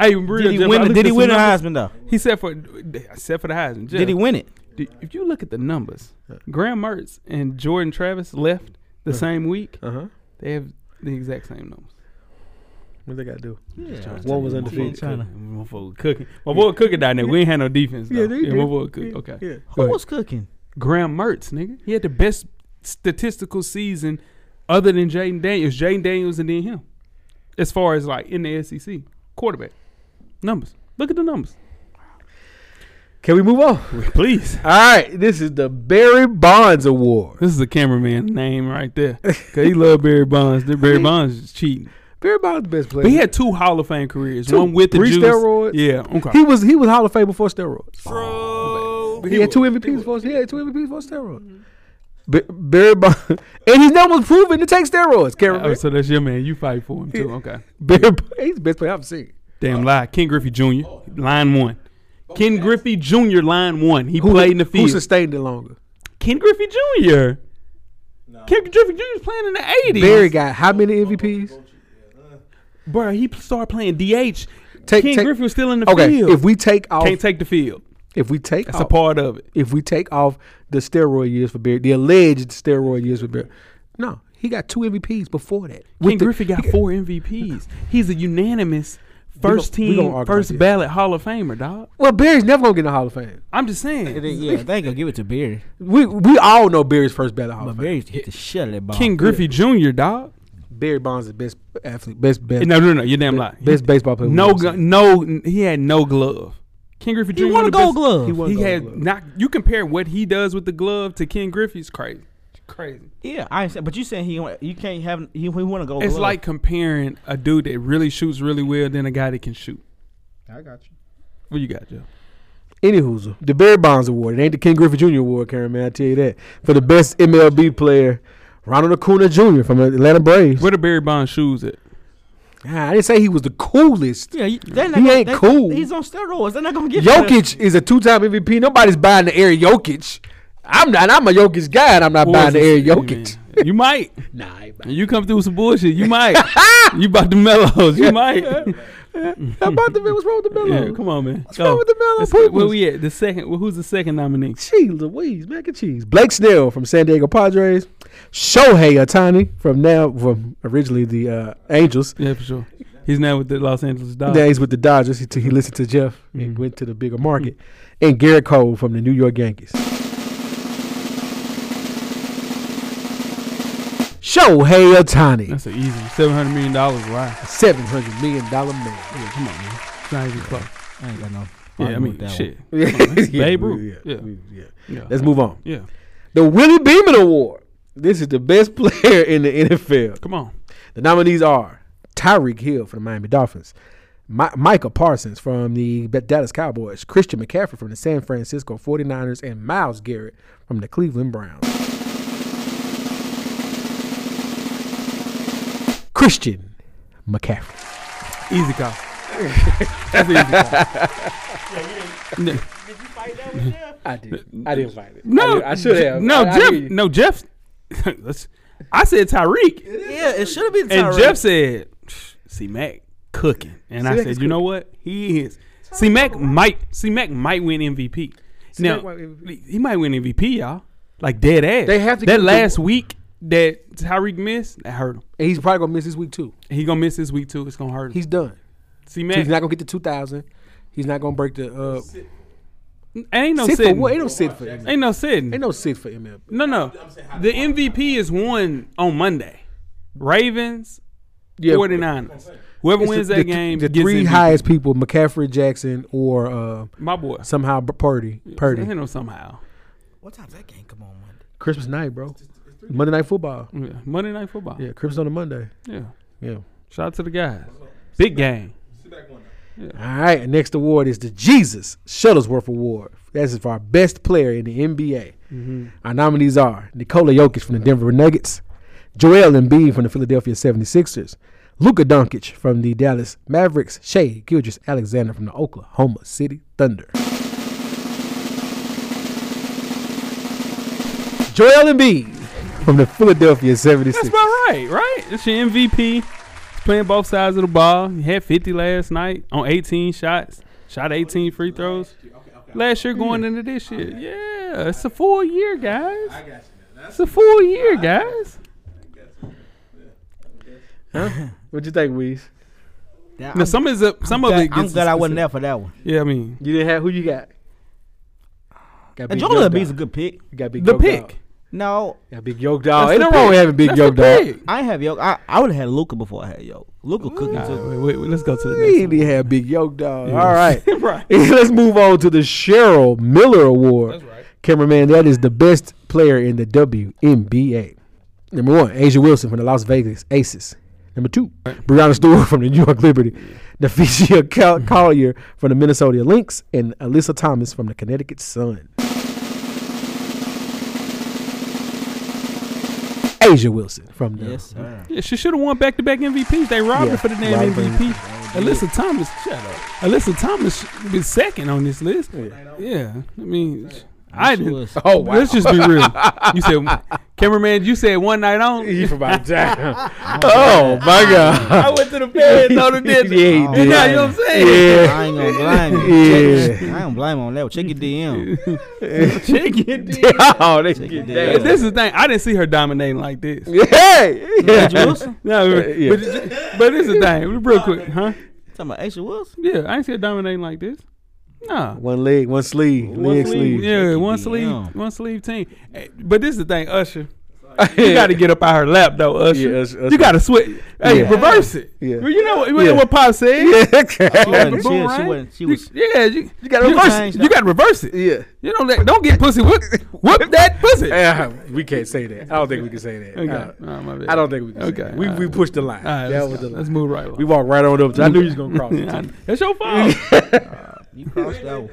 [SPEAKER 4] Hey, real
[SPEAKER 6] Did he
[SPEAKER 4] Jeff, I
[SPEAKER 6] win?
[SPEAKER 4] looked
[SPEAKER 6] Did he
[SPEAKER 4] at
[SPEAKER 6] win the
[SPEAKER 4] some numbers.
[SPEAKER 6] Heisman though?
[SPEAKER 4] He said for except for the Heisman. Jeff,
[SPEAKER 6] Did he win it?
[SPEAKER 4] Did, if you look at the numbers, Graham Mertz and Jordan Travis left the same week.
[SPEAKER 5] Uh huh.
[SPEAKER 4] They have the exact same numbers.
[SPEAKER 5] What they got to do?
[SPEAKER 6] Yeah.
[SPEAKER 5] One was undefeated.
[SPEAKER 6] China.
[SPEAKER 4] My boy cooking. My boy cooking down there. We ain't had no defense. Though. Yeah,
[SPEAKER 5] they
[SPEAKER 4] my
[SPEAKER 5] did.
[SPEAKER 4] boy cooking. Okay.
[SPEAKER 5] Yeah.
[SPEAKER 6] Who was cooking?
[SPEAKER 4] Graham Mertz, nigga. He had the best statistical season other than Jaden Daniels. Jaden Daniels and then him. As far as like in the SEC. Quarterback. Numbers. Look at the numbers.
[SPEAKER 5] Can we move on?
[SPEAKER 4] Please.
[SPEAKER 5] All right. This is the Barry Bonds Award.
[SPEAKER 4] This is a cameraman name right there. Cause he love Barry Bonds. Barry Bonds is cheating.
[SPEAKER 5] Barry Bonds, the best player.
[SPEAKER 4] But he had two Hall of Fame careers.
[SPEAKER 5] Two.
[SPEAKER 4] One with the
[SPEAKER 5] Three
[SPEAKER 4] juice.
[SPEAKER 5] steroids.
[SPEAKER 4] Yeah. Okay. Oh,
[SPEAKER 5] He was he was Hall of Fame before steroids.
[SPEAKER 2] True.
[SPEAKER 5] Oh, He, had two MVPs for he had two MVPs for
[SPEAKER 4] Mm-hmm.
[SPEAKER 5] steroids. Ba- Barry Bonds, and his numbers proven to take steroids. Can't
[SPEAKER 4] Oh,
[SPEAKER 5] remember.
[SPEAKER 4] so that's your man. You fight for him too. Okay.
[SPEAKER 5] Barry, Bonds- he's the best player I've seen.
[SPEAKER 4] Damn lie. Ken Griffey Jr. Line one. Ken Griffey Jr. Line one. He played in the
[SPEAKER 5] Who
[SPEAKER 4] field.
[SPEAKER 5] sustained it longer?
[SPEAKER 4] Ken Griffey Jr. Ken Griffey Jr. was playing in the eighties.
[SPEAKER 5] Barry got how many MVPs?
[SPEAKER 4] bro. He p- started playing DH.
[SPEAKER 5] Take-
[SPEAKER 4] Ken
[SPEAKER 5] take-
[SPEAKER 4] Griffey was still in the
[SPEAKER 5] Okay,
[SPEAKER 4] field.
[SPEAKER 5] if we take off, Oh.
[SPEAKER 4] Can't take the field.
[SPEAKER 5] if we take
[SPEAKER 4] That's
[SPEAKER 5] off,
[SPEAKER 4] a part of it.
[SPEAKER 5] if we take off the steroid years for Barry, the alleged steroid years for Barry, no, he got two MVPs before that.
[SPEAKER 4] Ken Griffey got four MVPs. He's a unanimous
[SPEAKER 5] gon-
[SPEAKER 4] first
[SPEAKER 5] we
[SPEAKER 4] team,
[SPEAKER 5] gonna argue
[SPEAKER 4] first
[SPEAKER 5] about this.
[SPEAKER 4] ballot Hall of Famer, dog.
[SPEAKER 5] Well, Barry's never gonna get in the Hall of Fame.
[SPEAKER 4] I'm just saying.
[SPEAKER 6] Yeah, they ain't gonna give it to Barry.
[SPEAKER 5] We we all know Barry's first ballot Hall
[SPEAKER 6] But
[SPEAKER 5] of Fame.
[SPEAKER 6] Barry hit the shit out of that ball.
[SPEAKER 4] Ken Griffey Jr. dog.
[SPEAKER 5] Barry Bonds is best athlete, best best
[SPEAKER 4] No, no, no. You're damn lying.
[SPEAKER 5] best baseball player. we've
[SPEAKER 4] No,
[SPEAKER 5] ever
[SPEAKER 4] gu-
[SPEAKER 5] seen.
[SPEAKER 4] no. He had no glove. Ken Griffey Jr.
[SPEAKER 6] He won
[SPEAKER 4] one
[SPEAKER 6] a
[SPEAKER 4] of the best-
[SPEAKER 6] gold glove.
[SPEAKER 5] He won
[SPEAKER 4] He
[SPEAKER 5] gold
[SPEAKER 4] had
[SPEAKER 5] glove.
[SPEAKER 4] not. You compare what he does with the glove to Ken Griffey's crazy, crazy.
[SPEAKER 6] yeah, I ain't saying, but you saying he won- you can't have he, he won a gold
[SPEAKER 4] It's
[SPEAKER 6] glove.
[SPEAKER 4] like comparing a dude that really shoots really well than a guy that can shoot.
[SPEAKER 6] I got you.
[SPEAKER 4] What you got, Joe?
[SPEAKER 5] Anywho, the Barry Bonds Award. It ain't the Ken Griffey Jr. Award, Karen, man. I tell you that. For the best MLB player, Ronald Acuna Jr. from Atlanta Braves.
[SPEAKER 4] Where the Barry Bonds shoes at?
[SPEAKER 5] Ah, I didn't say he was the coolest.
[SPEAKER 6] Yeah, you, they're not
[SPEAKER 5] He
[SPEAKER 6] gonna-
[SPEAKER 5] ain't
[SPEAKER 6] they-
[SPEAKER 5] cool.
[SPEAKER 6] He's on steroids. They're not gonna give it
[SPEAKER 5] Jokic is a two-time MVP. Nobody's buying the Aaron Jokic. I'm not. I'm a Jokic guy, and I'm not buying the Aaron Jokic.
[SPEAKER 4] You might.
[SPEAKER 5] Nah, I ain't buying-
[SPEAKER 4] You come through with some bullshit. You might. you about the mellows. You might.
[SPEAKER 5] I bought the man. What's wrong with the Melo?
[SPEAKER 4] Yeah, come on, man. What's
[SPEAKER 5] wrong with the mellow
[SPEAKER 4] Where
[SPEAKER 5] peoples?
[SPEAKER 4] we at? The second. well, who's the second nominee?
[SPEAKER 5] Gee, Louise, mac and cheese. Blake Snell from San Diego Padres. Shohei Otani from now from originally the uh, Angels.
[SPEAKER 4] Yeah, for sure. He's now with the Los Angeles Dodgers.
[SPEAKER 5] Now he's with the Dodgers. He, he listened to Jeff and went to the bigger market. And Garrett Cole from the New York Yankees. Shohei Otani,
[SPEAKER 4] That's an easy one. seven hundred million dollars. Wow.
[SPEAKER 5] seven hundred million dollar man.
[SPEAKER 4] Yeah, come on, man. It's not even close.
[SPEAKER 6] I ain't got no.
[SPEAKER 4] Yeah, I
[SPEAKER 6] argument with
[SPEAKER 4] mean,
[SPEAKER 6] that one.
[SPEAKER 4] shit. Babe
[SPEAKER 5] Babe
[SPEAKER 4] Ruth. Yeah.
[SPEAKER 5] yeah.
[SPEAKER 4] Yeah.
[SPEAKER 5] Let's move on.
[SPEAKER 4] yeah.
[SPEAKER 5] The Willie Beeman Award. This is the best player in the NFL.
[SPEAKER 4] Come on.
[SPEAKER 5] The nominees are Tyreek Hill from the Miami Dolphins, Mi- Micah Parsons from the B- Dallas Cowboys, Christian McCaffrey from the San Francisco 49ers, and Miles Garrett from the Cleveland Browns. Christian McCaffrey.
[SPEAKER 4] Easy call. That's an easy call. No,
[SPEAKER 5] I did. I didn't find it.
[SPEAKER 4] no, Je- No, Jeff.
[SPEAKER 5] Jeff.
[SPEAKER 4] no, Jeff. let's- I said Tyreek,
[SPEAKER 6] Yeah, it should have been
[SPEAKER 4] and
[SPEAKER 6] Tyreek.
[SPEAKER 4] Jeff said, "See Mac cooking," and I
[SPEAKER 5] C-Mac
[SPEAKER 4] said, "You
[SPEAKER 5] is
[SPEAKER 4] know what? He is. See Mac might. See Mac might win MVP.
[SPEAKER 5] C-Mac
[SPEAKER 4] now
[SPEAKER 5] might win MVP.
[SPEAKER 4] he might win MVP, y'all. Like dead ass.
[SPEAKER 5] They have to give
[SPEAKER 4] that
[SPEAKER 5] him
[SPEAKER 4] last
[SPEAKER 5] the-
[SPEAKER 4] week that Tyreek missed. That hurt him.
[SPEAKER 5] And he's probably gonna miss this week too.
[SPEAKER 4] He gonna miss this week too. It's gonna hurt him.
[SPEAKER 5] He's done.
[SPEAKER 4] See
[SPEAKER 5] He's
[SPEAKER 4] Mac.
[SPEAKER 5] not gonna get to two thousand. He's not gonna break the uh
[SPEAKER 4] Ain't no
[SPEAKER 5] sit for
[SPEAKER 4] sitting.
[SPEAKER 5] what? Ain't no sit for ain't
[SPEAKER 4] Ain't no sitting.
[SPEAKER 5] no sit for MLB.
[SPEAKER 4] No, no. The MVP is won on Monday. Ravens,
[SPEAKER 5] Yeah,
[SPEAKER 4] 49ers. Whoever
[SPEAKER 5] It's
[SPEAKER 4] wins
[SPEAKER 5] the,
[SPEAKER 4] that
[SPEAKER 5] the-
[SPEAKER 4] game
[SPEAKER 5] The
[SPEAKER 4] gets
[SPEAKER 5] three
[SPEAKER 4] MVP.
[SPEAKER 5] highest people: McCaffrey, Jackson, or uh,
[SPEAKER 4] My boy.
[SPEAKER 5] somehow B- Purdy. Purdy.
[SPEAKER 4] You know somehow.
[SPEAKER 6] What time's that game come on Monday?
[SPEAKER 5] Christmas night, bro. Monday night football.
[SPEAKER 4] Yeah. Monday Night Football. Yeah.
[SPEAKER 5] Yeah, Christmas on a Monday. Yeah.
[SPEAKER 4] Shout out to the guys. Big game.
[SPEAKER 5] All right. Next award is the Jesus Shuttlesworth Award. That's for our best player in the NBA.
[SPEAKER 6] Mm-hmm.
[SPEAKER 5] Our nominees are Nikola Jokic from the Denver Nuggets, Joel Embiid from the Philadelphia 76ers, Luka Doncic from the Dallas Mavericks, Shea Gilgis Alexander from the Oklahoma City Thunder. Joel Embiid from the Philadelphia 76ers.
[SPEAKER 4] That's about right, right? It's your MVP. He's playing both sides of the ball. He had 50 last night on 18 shots. Shot 18 free throws. Last year going into this year. Yeah, it's a full year, guys. It's a full year, guys.
[SPEAKER 5] What you think, Weez?
[SPEAKER 6] That-
[SPEAKER 4] Now
[SPEAKER 6] I'm,
[SPEAKER 4] some is a, some of
[SPEAKER 6] glad,
[SPEAKER 4] it.
[SPEAKER 6] I'm
[SPEAKER 4] gets-
[SPEAKER 6] glad I wasn't there for that one.
[SPEAKER 4] Yeah, I mean
[SPEAKER 5] You didn't have who you got? Got
[SPEAKER 6] And
[SPEAKER 5] big
[SPEAKER 6] Joel
[SPEAKER 5] yoked
[SPEAKER 6] Embiid's a
[SPEAKER 5] out.
[SPEAKER 6] good pick.
[SPEAKER 5] You got big
[SPEAKER 4] the
[SPEAKER 5] yoked
[SPEAKER 4] pick.
[SPEAKER 5] out.
[SPEAKER 6] No,
[SPEAKER 5] Got big yoked dog.
[SPEAKER 4] That's the
[SPEAKER 5] Ain't no wrong with
[SPEAKER 4] pick.
[SPEAKER 5] having big
[SPEAKER 4] That's the
[SPEAKER 5] yoked dog.
[SPEAKER 4] pick.
[SPEAKER 6] I ain't have Yoke. I, I would have had Luca before I had Yoke. Luca cooking
[SPEAKER 4] All
[SPEAKER 6] too.
[SPEAKER 4] right, wait, wait, let's go to the next.
[SPEAKER 5] Really had big yoked dog.
[SPEAKER 4] Yeah.
[SPEAKER 5] All right.
[SPEAKER 4] right.
[SPEAKER 5] Let's move on to the Cheryl Miller Award. That's
[SPEAKER 4] right.
[SPEAKER 5] Cameraman, that is the best player in the WNBA. Number one, Asia Wilson from the Las Vegas Aces. Number two, Brianna Stewart from the New York Liberty. Nafisia Cal- Collier from the Minnesota Lynx. And Alyssa Thomas from the Connecticut Sun. Asia Wilson from the
[SPEAKER 6] Yes, sir.
[SPEAKER 4] Yeah, she should have won back to back MVPs. They robbed
[SPEAKER 5] Yeah,
[SPEAKER 4] her for the damn
[SPEAKER 5] robbed her.
[SPEAKER 4] MVP. Alyssa Thomas, shut up. Alyssa Thomas is second on this list. Yeah, I mean, I
[SPEAKER 6] She
[SPEAKER 4] didn't.
[SPEAKER 6] was-
[SPEAKER 5] Oh, wow.
[SPEAKER 4] Let's just be real. You said, cameraman, you said one night on.
[SPEAKER 5] He from out of town. oh my god.
[SPEAKER 4] I went to the bed, no, the
[SPEAKER 5] yeah,
[SPEAKER 4] did.
[SPEAKER 5] he did.
[SPEAKER 6] You know, you know
[SPEAKER 4] what I'm
[SPEAKER 5] Oh,
[SPEAKER 4] saying?
[SPEAKER 5] Yeah.
[SPEAKER 6] I ain't gonna blame you.
[SPEAKER 5] Yeah.
[SPEAKER 6] Check- I don't blame on that. one. Check your DM.
[SPEAKER 4] Chicken.
[SPEAKER 5] oh, they get
[SPEAKER 6] it
[SPEAKER 5] down.
[SPEAKER 6] down.
[SPEAKER 4] This is the thing. I didn't see her dominating like this.
[SPEAKER 5] Hey,
[SPEAKER 6] Asia Wilson?
[SPEAKER 4] No,
[SPEAKER 5] Yeah.
[SPEAKER 4] but, but this is the thing. Real quick, huh?
[SPEAKER 6] Talking about Asia Wilson?
[SPEAKER 4] Yeah, I ain't see her dominating like this. Nah.
[SPEAKER 5] One leg, one sleeve, leg sleeve.
[SPEAKER 4] Yeah,
[SPEAKER 6] Check
[SPEAKER 4] one
[SPEAKER 6] it
[SPEAKER 4] sleeve,
[SPEAKER 6] down.
[SPEAKER 4] one sleeve team. Eh, But this is the thing, Usher. You got to get up out her lap though, Usher.
[SPEAKER 5] Yeah, Usher- Usher.
[SPEAKER 4] You got to switch. Hey,
[SPEAKER 5] Yeah.
[SPEAKER 4] reverse it.
[SPEAKER 5] Yeah.
[SPEAKER 4] Well, you know what, you
[SPEAKER 5] Yeah.
[SPEAKER 4] know what Pop said.
[SPEAKER 5] yeah.
[SPEAKER 6] Yeah.
[SPEAKER 4] Boom,
[SPEAKER 6] She- she
[SPEAKER 4] right?
[SPEAKER 6] wasn't- she
[SPEAKER 4] You-
[SPEAKER 6] was-
[SPEAKER 4] yeah, you, you
[SPEAKER 5] gotta
[SPEAKER 4] you
[SPEAKER 5] reverse
[SPEAKER 4] changed
[SPEAKER 6] it.
[SPEAKER 4] You got to reverse it.
[SPEAKER 5] yeah.
[SPEAKER 4] You don't let, don't get pussy. Whoop, whoop that pussy.
[SPEAKER 5] Ah, we can't say that. I don't think we can say that.
[SPEAKER 4] Okay.
[SPEAKER 5] Uh,
[SPEAKER 4] All right, my bad.
[SPEAKER 5] I don't think we can.
[SPEAKER 4] Okay,
[SPEAKER 5] say that. we
[SPEAKER 4] all
[SPEAKER 5] we
[SPEAKER 4] right.
[SPEAKER 5] pushed the line.
[SPEAKER 4] All right,
[SPEAKER 5] that
[SPEAKER 4] let's,
[SPEAKER 5] was
[SPEAKER 4] go.
[SPEAKER 5] the
[SPEAKER 4] Let's
[SPEAKER 5] line.
[SPEAKER 4] move right along.
[SPEAKER 5] We walked right on up. To, I knew you was gonna cross.
[SPEAKER 4] Yeah, I- That's your fault.
[SPEAKER 6] You crossed that one.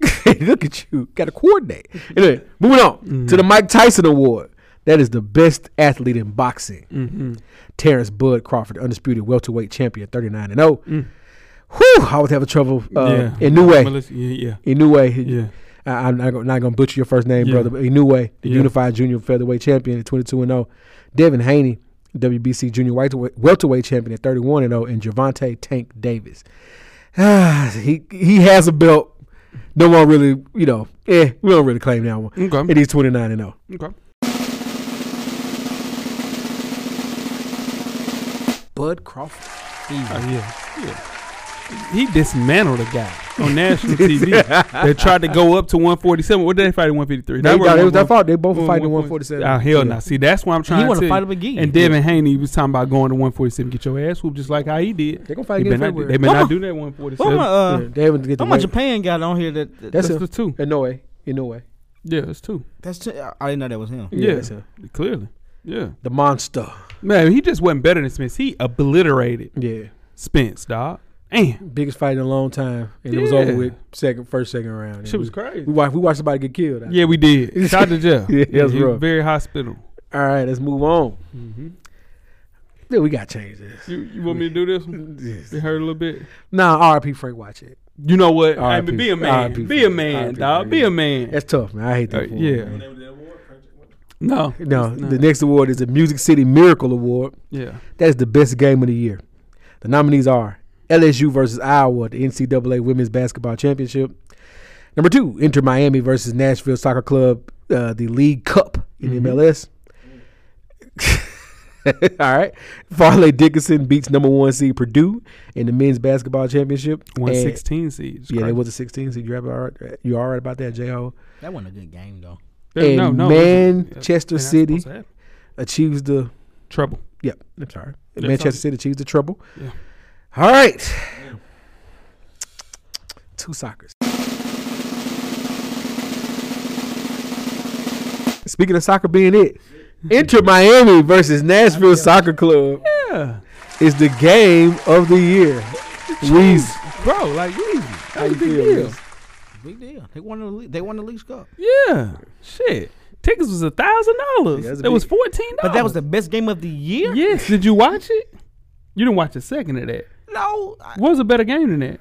[SPEAKER 5] it. Look at you. Got to coordinate. Anyway, moving on to the Mike Tyson Award. That is the best athlete in boxing. Terrence Bud Crawford, undisputed welterweight champion, thirty nine and zero. Whew, I was having trouble. Uh,
[SPEAKER 4] yeah.
[SPEAKER 5] In new way,
[SPEAKER 4] Melissa- Yeah, yeah.
[SPEAKER 5] Inoue.
[SPEAKER 4] Yeah.
[SPEAKER 5] I, I'm not gonna, not gonna butcher your first name,
[SPEAKER 4] Yeah.
[SPEAKER 5] brother. But Inoue, the
[SPEAKER 4] Yeah.
[SPEAKER 5] unified junior featherweight champion at 22 and 0. Devin Haney, WBC junior welterweight, welterweight champion at 31 and 0, and Javante Tank Davis. Ah, he he has a belt. No one really, you know, eh, we don't really claim that one.
[SPEAKER 4] Okay.
[SPEAKER 5] And he's 29 and oh. 0.
[SPEAKER 4] Okay.
[SPEAKER 5] Bud Crawford.
[SPEAKER 4] Oh, yeah. yeah. He dismantled a guy on national TV that tried to go up to 147. What did they fight at 153?
[SPEAKER 5] They,
[SPEAKER 4] were
[SPEAKER 5] got- it was
[SPEAKER 4] one-
[SPEAKER 5] their fault. They both
[SPEAKER 4] one-
[SPEAKER 5] were fighting
[SPEAKER 4] one-
[SPEAKER 5] 147.
[SPEAKER 4] Oh, hell no.
[SPEAKER 5] Yeah.
[SPEAKER 4] See, that's why I'm trying
[SPEAKER 6] wanna
[SPEAKER 4] to
[SPEAKER 6] fight him again.
[SPEAKER 4] And Devin Haney was talking about going to 147. Get your ass whooped just like how he did.
[SPEAKER 5] They gonna
[SPEAKER 4] They
[SPEAKER 5] fight
[SPEAKER 4] better
[SPEAKER 5] again
[SPEAKER 4] not, do-
[SPEAKER 5] February.
[SPEAKER 4] they better
[SPEAKER 6] What
[SPEAKER 4] not
[SPEAKER 6] my-
[SPEAKER 4] do that 147.
[SPEAKER 6] What my, uh,
[SPEAKER 5] Yeah, they haven't get the
[SPEAKER 6] what my
[SPEAKER 5] weight.
[SPEAKER 6] Japan got on here that, that-
[SPEAKER 5] That's
[SPEAKER 4] that's
[SPEAKER 5] him.
[SPEAKER 4] the two.
[SPEAKER 5] Inoue. Inoue.
[SPEAKER 4] Yeah, it's two.
[SPEAKER 6] that's t- I I didn't know that was him.
[SPEAKER 5] Yeah,
[SPEAKER 4] Yeah,
[SPEAKER 5] that's him.
[SPEAKER 4] clearly. Yeah.
[SPEAKER 5] The monster.
[SPEAKER 4] Man, he just wasn't better than Spence. He obliterated
[SPEAKER 5] Yeah.
[SPEAKER 4] Spence, dog. Damn.
[SPEAKER 5] biggest fight in a long time, and it was over
[SPEAKER 4] Yeah.
[SPEAKER 5] with second, first, second round. And
[SPEAKER 4] Shit was
[SPEAKER 5] we-
[SPEAKER 4] crazy.
[SPEAKER 5] We watched, we watched somebody get killed.
[SPEAKER 4] Yeah, we did. Shout out to Jeff.
[SPEAKER 5] Yeah, that's
[SPEAKER 4] he was
[SPEAKER 5] rough.
[SPEAKER 4] Very hospital.
[SPEAKER 5] All right, let's move on.
[SPEAKER 4] Mm-hmm.
[SPEAKER 5] Yeah, we got to change this.
[SPEAKER 4] You, you want me to do this one?
[SPEAKER 5] Yes.
[SPEAKER 4] It hurt a little bit.
[SPEAKER 5] Nah, R.I.P. Frank watch it.
[SPEAKER 4] You know what? I
[SPEAKER 5] R.I.P.
[SPEAKER 4] mean, be a man.
[SPEAKER 5] R.I.P.
[SPEAKER 4] Be a man,
[SPEAKER 5] R.I.P.
[SPEAKER 4] dog. Be a man.
[SPEAKER 5] That's tough, man. I hate
[SPEAKER 4] Uh,
[SPEAKER 5] that. for him,
[SPEAKER 4] yeah.
[SPEAKER 5] man.
[SPEAKER 4] no.
[SPEAKER 5] No,
[SPEAKER 4] it's not.
[SPEAKER 5] the next award is the Music City Miracle Award.
[SPEAKER 4] yeah.
[SPEAKER 5] That is the best game of the year. The nominees are LSU versus Iowa, the NCAA Women's Basketball Championship. Number two, Inter Miami versus Nashville Soccer Club, uh, the League Cup in MLS. All right. Farley Dickinson beats number one seed Purdue in the men's basketball championship.
[SPEAKER 4] One
[SPEAKER 5] And-
[SPEAKER 4] sixteen seed. It's
[SPEAKER 5] Yeah,
[SPEAKER 4] crazy.
[SPEAKER 5] it was a 16 seed. You're all right, you all right about that, J-Ho.
[SPEAKER 6] That wasn't a good game though.
[SPEAKER 4] There-
[SPEAKER 5] and
[SPEAKER 4] it wasn't. Yeah,
[SPEAKER 5] Manchester
[SPEAKER 4] that's
[SPEAKER 5] City.
[SPEAKER 4] supposed to happen.
[SPEAKER 5] Achieves the
[SPEAKER 4] Trouble.
[SPEAKER 5] Yep, I'm sorry.
[SPEAKER 4] That's
[SPEAKER 5] Manchester
[SPEAKER 4] all.
[SPEAKER 5] City achieves the trouble.
[SPEAKER 4] Yeah.
[SPEAKER 5] All right. Two soccers. Speaking of soccer being it, Inter Miami versus Nashville Soccer Club
[SPEAKER 4] Yeah.
[SPEAKER 5] is the game of the year. Weez,
[SPEAKER 4] Bro, Oh, like, easy. That
[SPEAKER 5] how
[SPEAKER 4] was
[SPEAKER 5] you
[SPEAKER 4] a big
[SPEAKER 5] feel?
[SPEAKER 4] deal.
[SPEAKER 5] Weez?
[SPEAKER 6] Big deal. They won the league. They won the league's cup.
[SPEAKER 4] Yeah. Shit. Tickets was a thousand dollars.
[SPEAKER 5] Yeah,
[SPEAKER 4] It
[SPEAKER 5] that's
[SPEAKER 4] was
[SPEAKER 5] big.
[SPEAKER 4] fourteen dollars.
[SPEAKER 6] But that was the best game of the year.
[SPEAKER 4] Yes. Did you watch it? You didn't watch a second of that.
[SPEAKER 6] No, I,
[SPEAKER 4] What was a better game than that?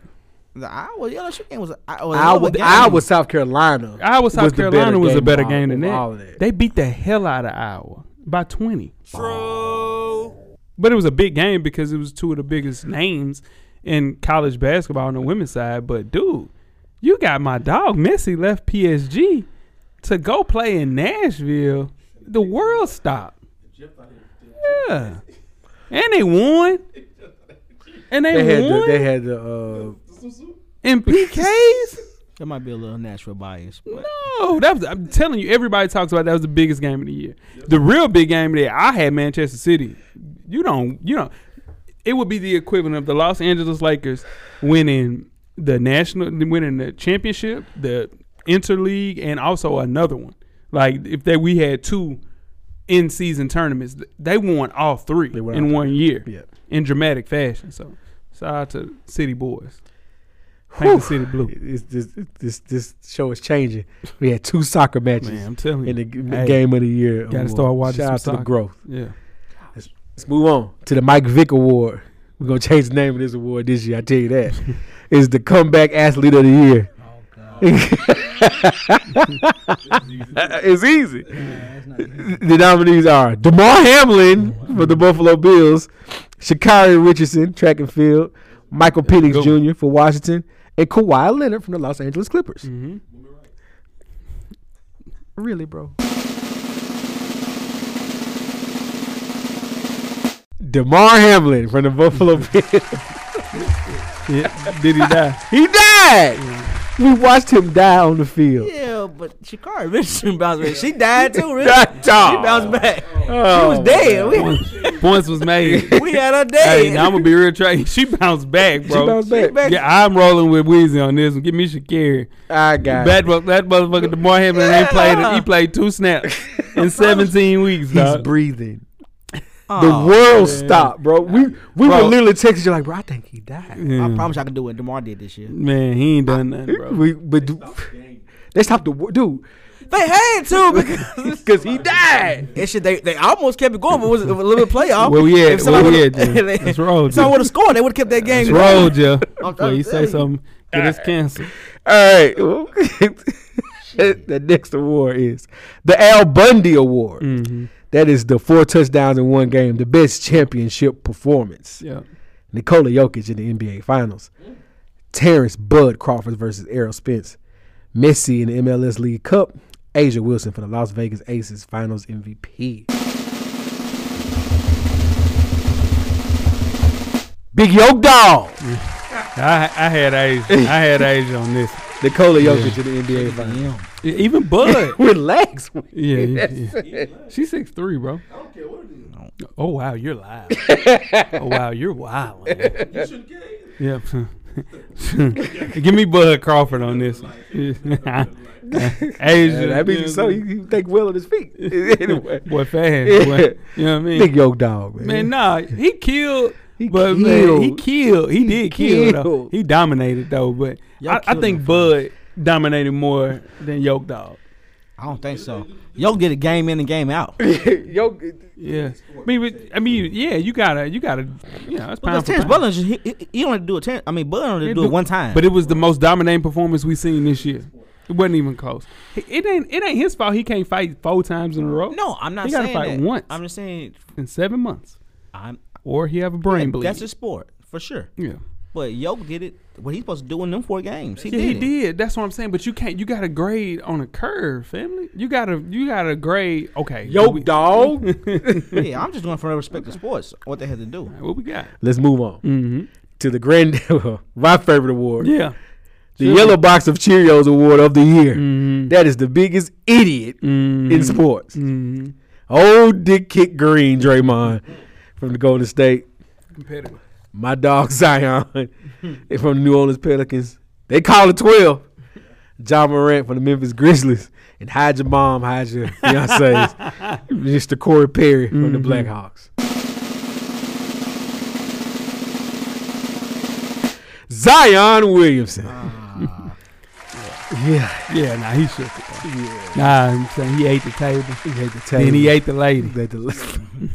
[SPEAKER 6] the Iowa yeah, LSU game was. I oh, was.
[SPEAKER 5] Iowa, Iowa, South Carolina.
[SPEAKER 4] Iowa South
[SPEAKER 5] was the better
[SPEAKER 4] Carolina was a
[SPEAKER 5] game
[SPEAKER 4] better
[SPEAKER 5] of
[SPEAKER 4] game
[SPEAKER 5] all-
[SPEAKER 4] than
[SPEAKER 5] of
[SPEAKER 4] that.
[SPEAKER 5] all of that.
[SPEAKER 4] They beat the hell out of Iowa by twenty. True. But it was a big game because it was two of the biggest names in college basketball on the women's side. But dude, you got my dog Messi left PSG to go play in Nashville. The world stopped. Yeah. And they won. And they,
[SPEAKER 5] They had
[SPEAKER 4] won
[SPEAKER 5] the, they had the uh,
[SPEAKER 4] in PKs.
[SPEAKER 6] That might be a little natural bias. But
[SPEAKER 4] No, that was, I'm telling you, everybody talks about that was the biggest game of the year. The real big game that I had Manchester City. You don't, you know, it would be the equivalent of the Los Angeles Lakers winning the national, winning the championship, the interleague, and also another one. Like if they we had two in season tournaments, th- they won all three
[SPEAKER 5] won
[SPEAKER 4] in
[SPEAKER 5] all
[SPEAKER 4] one year
[SPEAKER 5] yeah.
[SPEAKER 4] in dramatic fashion. So shout out to City Boys, Paint the City Blue.
[SPEAKER 5] It's, this, this this show is changing. We had two soccer matches
[SPEAKER 4] Man, I'm telling you,
[SPEAKER 5] in the g-
[SPEAKER 4] Hey.
[SPEAKER 5] game of the year.
[SPEAKER 4] Gotta
[SPEAKER 5] award.
[SPEAKER 4] start watching
[SPEAKER 5] Shout
[SPEAKER 4] some
[SPEAKER 5] out to
[SPEAKER 4] soccer.
[SPEAKER 5] the growth.
[SPEAKER 4] yeah.
[SPEAKER 5] Let's move on to the Mike Vick Award. We're gonna change the name of this award this year. I tell you that. it's the comeback athlete of the year.
[SPEAKER 4] Oh,
[SPEAKER 5] it's easy. The nominees are Damar Hamlin for the Buffalo Bills, Shakari Richardson, track and field, Michael Penix
[SPEAKER 4] good one.
[SPEAKER 5] Jr. for Washington, and Kawhi Leonard from the Los Angeles Clippers.
[SPEAKER 4] Mm-hmm.
[SPEAKER 5] Really, bro. Damar Hamlin from the Buffalo Bills.
[SPEAKER 4] Yeah, did he die?
[SPEAKER 5] he died. We watched him die on the field.
[SPEAKER 6] yeah, but Shakari Richardson bounced back. She died too. Really?
[SPEAKER 5] That's all.
[SPEAKER 6] She bounced back.
[SPEAKER 5] Oh,
[SPEAKER 6] she was dead. We,
[SPEAKER 4] Points, points was made.
[SPEAKER 6] we had her dead.
[SPEAKER 4] hey, now I'm gonna be real. Tra- she bounced back,
[SPEAKER 5] She
[SPEAKER 4] bro.
[SPEAKER 5] bounced back.
[SPEAKER 6] back.
[SPEAKER 4] Yeah, I'm rolling with Weezy on this one. Give me Shakiri.
[SPEAKER 5] I got
[SPEAKER 4] That mo- that motherfucker Demar Hamlin ain't played. He played two snaps in 17 weeks.
[SPEAKER 5] He's
[SPEAKER 4] Dog.
[SPEAKER 5] breathing. The
[SPEAKER 6] Aw,
[SPEAKER 5] world stopped, bro. We we were
[SPEAKER 4] Bro.
[SPEAKER 5] literally texting you like, bro, I think he died.
[SPEAKER 6] I
[SPEAKER 4] Yeah.
[SPEAKER 6] promise I can do what Demar did this year.
[SPEAKER 4] Man, he ain't done nothing, bro.
[SPEAKER 5] We but do, they stopped the wor- dude
[SPEAKER 6] They had to because
[SPEAKER 5] because he died.
[SPEAKER 6] It should, they, they almost kept it going, but was a little bit playoff.
[SPEAKER 4] Where we at?
[SPEAKER 6] If somebody
[SPEAKER 4] Where we
[SPEAKER 6] would've-
[SPEAKER 4] at, Jim?
[SPEAKER 6] they-
[SPEAKER 4] Let's roll,
[SPEAKER 6] if someone
[SPEAKER 4] Jim.
[SPEAKER 6] would have scored, they would have kept that game.
[SPEAKER 4] It's rolled, yeah. Before
[SPEAKER 6] I'm
[SPEAKER 4] you say
[SPEAKER 6] telling you.
[SPEAKER 4] something, get us canceled.
[SPEAKER 5] All right. the next award is the Al Bundy Award. That is the four touchdowns in one game, the best championship performance.
[SPEAKER 4] Yeah.
[SPEAKER 5] Nikola Jokic in the NBA Finals. Terrence Bud Crawford versus Errol Spence. Messi in the MLS League Cup. Asia Wilson for the Las Vegas Aces Finals MVP. Big Yoke Dog.
[SPEAKER 4] I, I had Asia. I had Asia on this.
[SPEAKER 5] Nikola Jokic in the NBA Finals.
[SPEAKER 4] Even Bud.
[SPEAKER 5] Relax.
[SPEAKER 4] Yeah, yeah, yeah. she's six three, bro. I don't care what it is. Oh wow, you're live. oh wow, you're wild. Man. You shouldn't get Yeah. Give me Bud Crawford on this. one. Asia,
[SPEAKER 5] that means
[SPEAKER 4] you know
[SPEAKER 5] so
[SPEAKER 4] what
[SPEAKER 5] you, you think well of his feet. anyway.
[SPEAKER 4] I'm saying? boy fast.
[SPEAKER 5] Yeah.
[SPEAKER 4] Boy. You know what I mean?
[SPEAKER 5] Big Yoke Dog, man.
[SPEAKER 4] Man, nah, he killed.
[SPEAKER 5] He
[SPEAKER 4] but man, he
[SPEAKER 5] killed.
[SPEAKER 4] killed. He, did kill. Though.
[SPEAKER 5] killed.
[SPEAKER 4] He dominated though. But
[SPEAKER 6] Y'all
[SPEAKER 4] I, I
[SPEAKER 6] killed
[SPEAKER 4] think
[SPEAKER 6] him
[SPEAKER 4] Bud dominated more than Yoke Dog.
[SPEAKER 6] I don't think so. Yo did a game in and game out.
[SPEAKER 5] Yoke,
[SPEAKER 4] Yeah, I mean, but- I mean, yeah, you gotta, you gotta, you know, it's
[SPEAKER 6] Because
[SPEAKER 4] pound for
[SPEAKER 6] Terrence
[SPEAKER 4] pound.
[SPEAKER 6] Butler, just, he, he, he only do it. Terrence, I mean, Butler only
[SPEAKER 4] They
[SPEAKER 6] do it one time.
[SPEAKER 4] But it was the most dominating performance we seen this year. It wasn't even close. It- It ain't, it ain't his fault. He can't fight four times in a row
[SPEAKER 6] no, I'm not
[SPEAKER 4] He gotta
[SPEAKER 6] saying
[SPEAKER 4] fight
[SPEAKER 6] that.
[SPEAKER 4] once.
[SPEAKER 6] I'm just saying
[SPEAKER 4] in seven months,
[SPEAKER 6] I'm.
[SPEAKER 4] or he have a brain bleed.
[SPEAKER 6] That's a sport for sure.
[SPEAKER 4] yeah,
[SPEAKER 6] But Yo did it. What he's supposed to do in them four games. He
[SPEAKER 4] yeah,
[SPEAKER 6] did.
[SPEAKER 4] he
[SPEAKER 6] it.
[SPEAKER 4] did. That's what I'm saying. But you can't. You got to grade on a curve, family. You gotta, you gotta grade. Okay,
[SPEAKER 5] Yoke
[SPEAKER 4] we-
[SPEAKER 5] Dog.
[SPEAKER 6] Yeah, I'm just going from respect to sports. What they had to do.
[SPEAKER 4] What we got?
[SPEAKER 5] Let's move on to the grand, my favorite award,
[SPEAKER 4] Mm-hmm. Yeah,
[SPEAKER 5] the Yellow Box of Cheerios Award of the year.
[SPEAKER 4] Mm-hmm.
[SPEAKER 5] That is the biggest idiot in sports.
[SPEAKER 4] Mm-hmm.
[SPEAKER 5] Old Dick Kick Green, Draymond from the Golden State.
[SPEAKER 4] competitive.
[SPEAKER 5] My dog Zion from the New Orleans Pelicans. They call it twelve. John Morant from the Memphis Grizzlies and hide your mom, hide your fiancees. Mr. Corey Perry from the
[SPEAKER 4] Mm-hmm.
[SPEAKER 5] Blackhawks.
[SPEAKER 4] Ah.
[SPEAKER 5] Zion Williamson. Yeah,
[SPEAKER 4] Yeah, nah, he shook it.
[SPEAKER 5] yeah.
[SPEAKER 4] Nah, I'm saying he ate the table.
[SPEAKER 5] He had to tell
[SPEAKER 4] Then he ate the lady.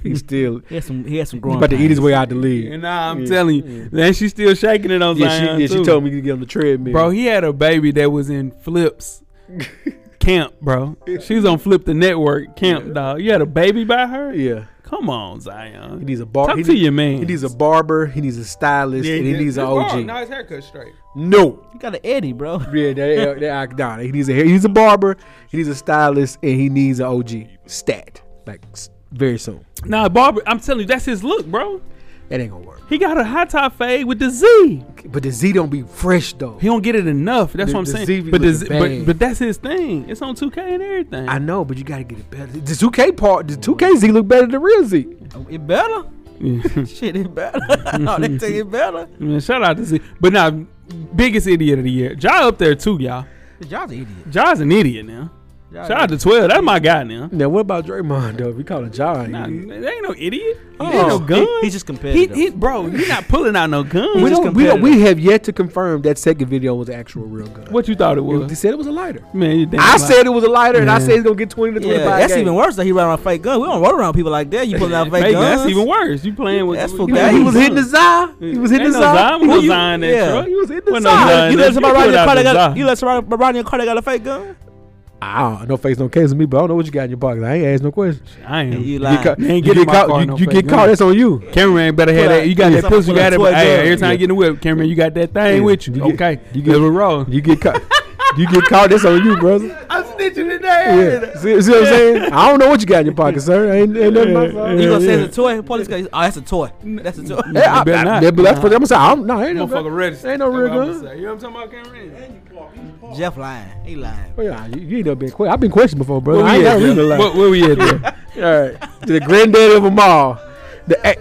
[SPEAKER 5] He still.
[SPEAKER 6] He had some. He had some
[SPEAKER 5] He's
[SPEAKER 6] growing.
[SPEAKER 5] about to eat his
[SPEAKER 6] pains.
[SPEAKER 5] way out the league.
[SPEAKER 4] And nah, I'm
[SPEAKER 5] Yeah,
[SPEAKER 4] telling you.
[SPEAKER 5] yeah.
[SPEAKER 4] Then she's still shaking it on
[SPEAKER 5] Yeah,
[SPEAKER 4] Zion.
[SPEAKER 5] she, yeah, she
[SPEAKER 4] too.
[SPEAKER 5] told me to get on the treadmill.
[SPEAKER 4] Bro, he had a baby that was in Flips camp, bro. She was on Flip the Network camp, dog. You had a baby by her?
[SPEAKER 5] yeah,
[SPEAKER 4] Come on,
[SPEAKER 5] he
[SPEAKER 4] Zion.
[SPEAKER 5] needs a bar.
[SPEAKER 4] Talk
[SPEAKER 5] he,
[SPEAKER 4] to
[SPEAKER 5] need-
[SPEAKER 4] your man.
[SPEAKER 5] he needs a barber. He needs a stylist, and he needs an OG.
[SPEAKER 4] his haircut straight.
[SPEAKER 5] No,
[SPEAKER 6] He got an Eddie, bro.
[SPEAKER 5] yeah, that, that, nah, he needs a he needs a barber. He needs a stylist, and he needs an OG stat like s- very soon.
[SPEAKER 4] Nah, Barbara, I'm telling you, that's his look, bro.
[SPEAKER 5] That ain't gonna work.
[SPEAKER 4] He got a high top fade with the Z.
[SPEAKER 5] But the Z don't be fresh though.
[SPEAKER 4] He don't get it enough. That's
[SPEAKER 5] The-
[SPEAKER 4] what I'm
[SPEAKER 5] the
[SPEAKER 4] saying.
[SPEAKER 5] Z be
[SPEAKER 4] but, the
[SPEAKER 5] looking
[SPEAKER 4] Z,
[SPEAKER 5] bad.
[SPEAKER 4] but but that's his thing. It's on 2K and everything.
[SPEAKER 5] I know, but you gotta get it better. The 2K part, the 2K Z look better than real Z.
[SPEAKER 6] It better.
[SPEAKER 4] Yeah.
[SPEAKER 6] Shit, it better. no, they tell you it better.
[SPEAKER 4] Man, shout out to Z. But now, biggest idiot of the year. Ja up there too, y'all.
[SPEAKER 6] Y'all's an idiot.
[SPEAKER 4] Ja's an idiot now.
[SPEAKER 6] Y'all
[SPEAKER 4] Shout out to 12. That's my guy now.
[SPEAKER 5] Now what about Draymond though? We call him John.
[SPEAKER 4] Nah,
[SPEAKER 5] we
[SPEAKER 4] they ain't no idiot.
[SPEAKER 5] Oh.
[SPEAKER 4] He ain't no gun.
[SPEAKER 6] He- he's just
[SPEAKER 4] he,
[SPEAKER 6] competitive.
[SPEAKER 4] he, bro, he not pulling out no gun.
[SPEAKER 6] just
[SPEAKER 5] don't, we don't.
[SPEAKER 6] competitive.
[SPEAKER 5] We have yet to confirm that second video was an actual real gun.
[SPEAKER 4] what you thought it
[SPEAKER 5] They
[SPEAKER 4] was?
[SPEAKER 5] said it was a lighter.
[SPEAKER 4] Man, you damn
[SPEAKER 5] I
[SPEAKER 4] right.
[SPEAKER 5] said it was a lighter, and I
[SPEAKER 4] Yeah.
[SPEAKER 5] said it's gonna get twenty to twenty-five.
[SPEAKER 6] yeah, that's
[SPEAKER 5] games.
[SPEAKER 6] even worse that he ran around fake guns. We don't run around people like that. You pulling out fake
[SPEAKER 4] Maybe
[SPEAKER 6] guns.
[SPEAKER 4] that's even worse. You playing with
[SPEAKER 6] That's
[SPEAKER 4] you-
[SPEAKER 6] for
[SPEAKER 5] He
[SPEAKER 4] you-
[SPEAKER 5] was, he was hitting the Zai. He was hitting
[SPEAKER 4] Ain't
[SPEAKER 5] the
[SPEAKER 4] no
[SPEAKER 5] Zai.
[SPEAKER 4] Zion. We
[SPEAKER 5] Who
[SPEAKER 4] don't
[SPEAKER 5] you-
[SPEAKER 4] Zion that
[SPEAKER 6] yeah.
[SPEAKER 4] truck.
[SPEAKER 5] He was hitting the
[SPEAKER 4] Wasn't no
[SPEAKER 5] Zai.
[SPEAKER 4] Zion.
[SPEAKER 6] You let somebody
[SPEAKER 4] You
[SPEAKER 6] ride in your
[SPEAKER 4] pulled
[SPEAKER 6] car.
[SPEAKER 4] out
[SPEAKER 6] They
[SPEAKER 4] the
[SPEAKER 6] got
[SPEAKER 4] Zai.
[SPEAKER 6] you let somebody ride in your car. They got a fake gun.
[SPEAKER 5] I don't, no face, no case with me, but I don't know what you got in your pocket. I ain't asked no question.
[SPEAKER 4] I am.
[SPEAKER 6] You
[SPEAKER 5] You
[SPEAKER 6] lying.
[SPEAKER 5] get caught.
[SPEAKER 4] They ain't
[SPEAKER 5] You
[SPEAKER 4] getting
[SPEAKER 5] get
[SPEAKER 4] my
[SPEAKER 5] caught.
[SPEAKER 4] car,
[SPEAKER 5] You,
[SPEAKER 4] no
[SPEAKER 5] you
[SPEAKER 4] fake
[SPEAKER 5] get
[SPEAKER 4] gun.
[SPEAKER 5] caught. That's on you.
[SPEAKER 4] Cameraman better have
[SPEAKER 6] Pull out-
[SPEAKER 4] that. You got
[SPEAKER 6] yeah,
[SPEAKER 4] that pistol. You
[SPEAKER 6] pull out
[SPEAKER 4] got it. But,
[SPEAKER 6] 12
[SPEAKER 4] hey, every
[SPEAKER 6] guns.
[SPEAKER 4] time you get in the whip, cameraman, you got that thing
[SPEAKER 5] Yeah.
[SPEAKER 4] with you.
[SPEAKER 5] You get-
[SPEAKER 4] okay,
[SPEAKER 5] you
[SPEAKER 4] you
[SPEAKER 5] get-
[SPEAKER 4] get a roll.
[SPEAKER 5] You get caught. you get caught. That's on you, brother.
[SPEAKER 4] I'm snitching today.
[SPEAKER 5] Yeah. See, see what I'm saying? I don't know what you got in your pocket, sir. Ain't, ain't nothing my fault.
[SPEAKER 6] You
[SPEAKER 4] Yeah,
[SPEAKER 6] gonna say
[SPEAKER 4] yeah.
[SPEAKER 6] it's a toy? Police guy. Oh, that's a toy. That's a toy.
[SPEAKER 5] Yeah, I, I,
[SPEAKER 4] You better not.
[SPEAKER 5] that- but that's what I'm gonna say. I'm no, ain't no
[SPEAKER 4] Motherfucker, registered.
[SPEAKER 5] Ain't no
[SPEAKER 4] That's
[SPEAKER 5] real
[SPEAKER 4] what I'ma
[SPEAKER 5] gun.
[SPEAKER 4] say. You know what I'm talking about, cameraman?
[SPEAKER 6] Jeff lying. He lying.
[SPEAKER 5] Oh, yeah, you, you ain't never been questioned. I've been questioned before, brother.
[SPEAKER 4] Where
[SPEAKER 5] I ain't
[SPEAKER 4] we at?
[SPEAKER 5] got reason to
[SPEAKER 4] Jeff?
[SPEAKER 5] lie.
[SPEAKER 4] Where- Where we at? there?
[SPEAKER 5] All right, the granddaddy of them all, the eight-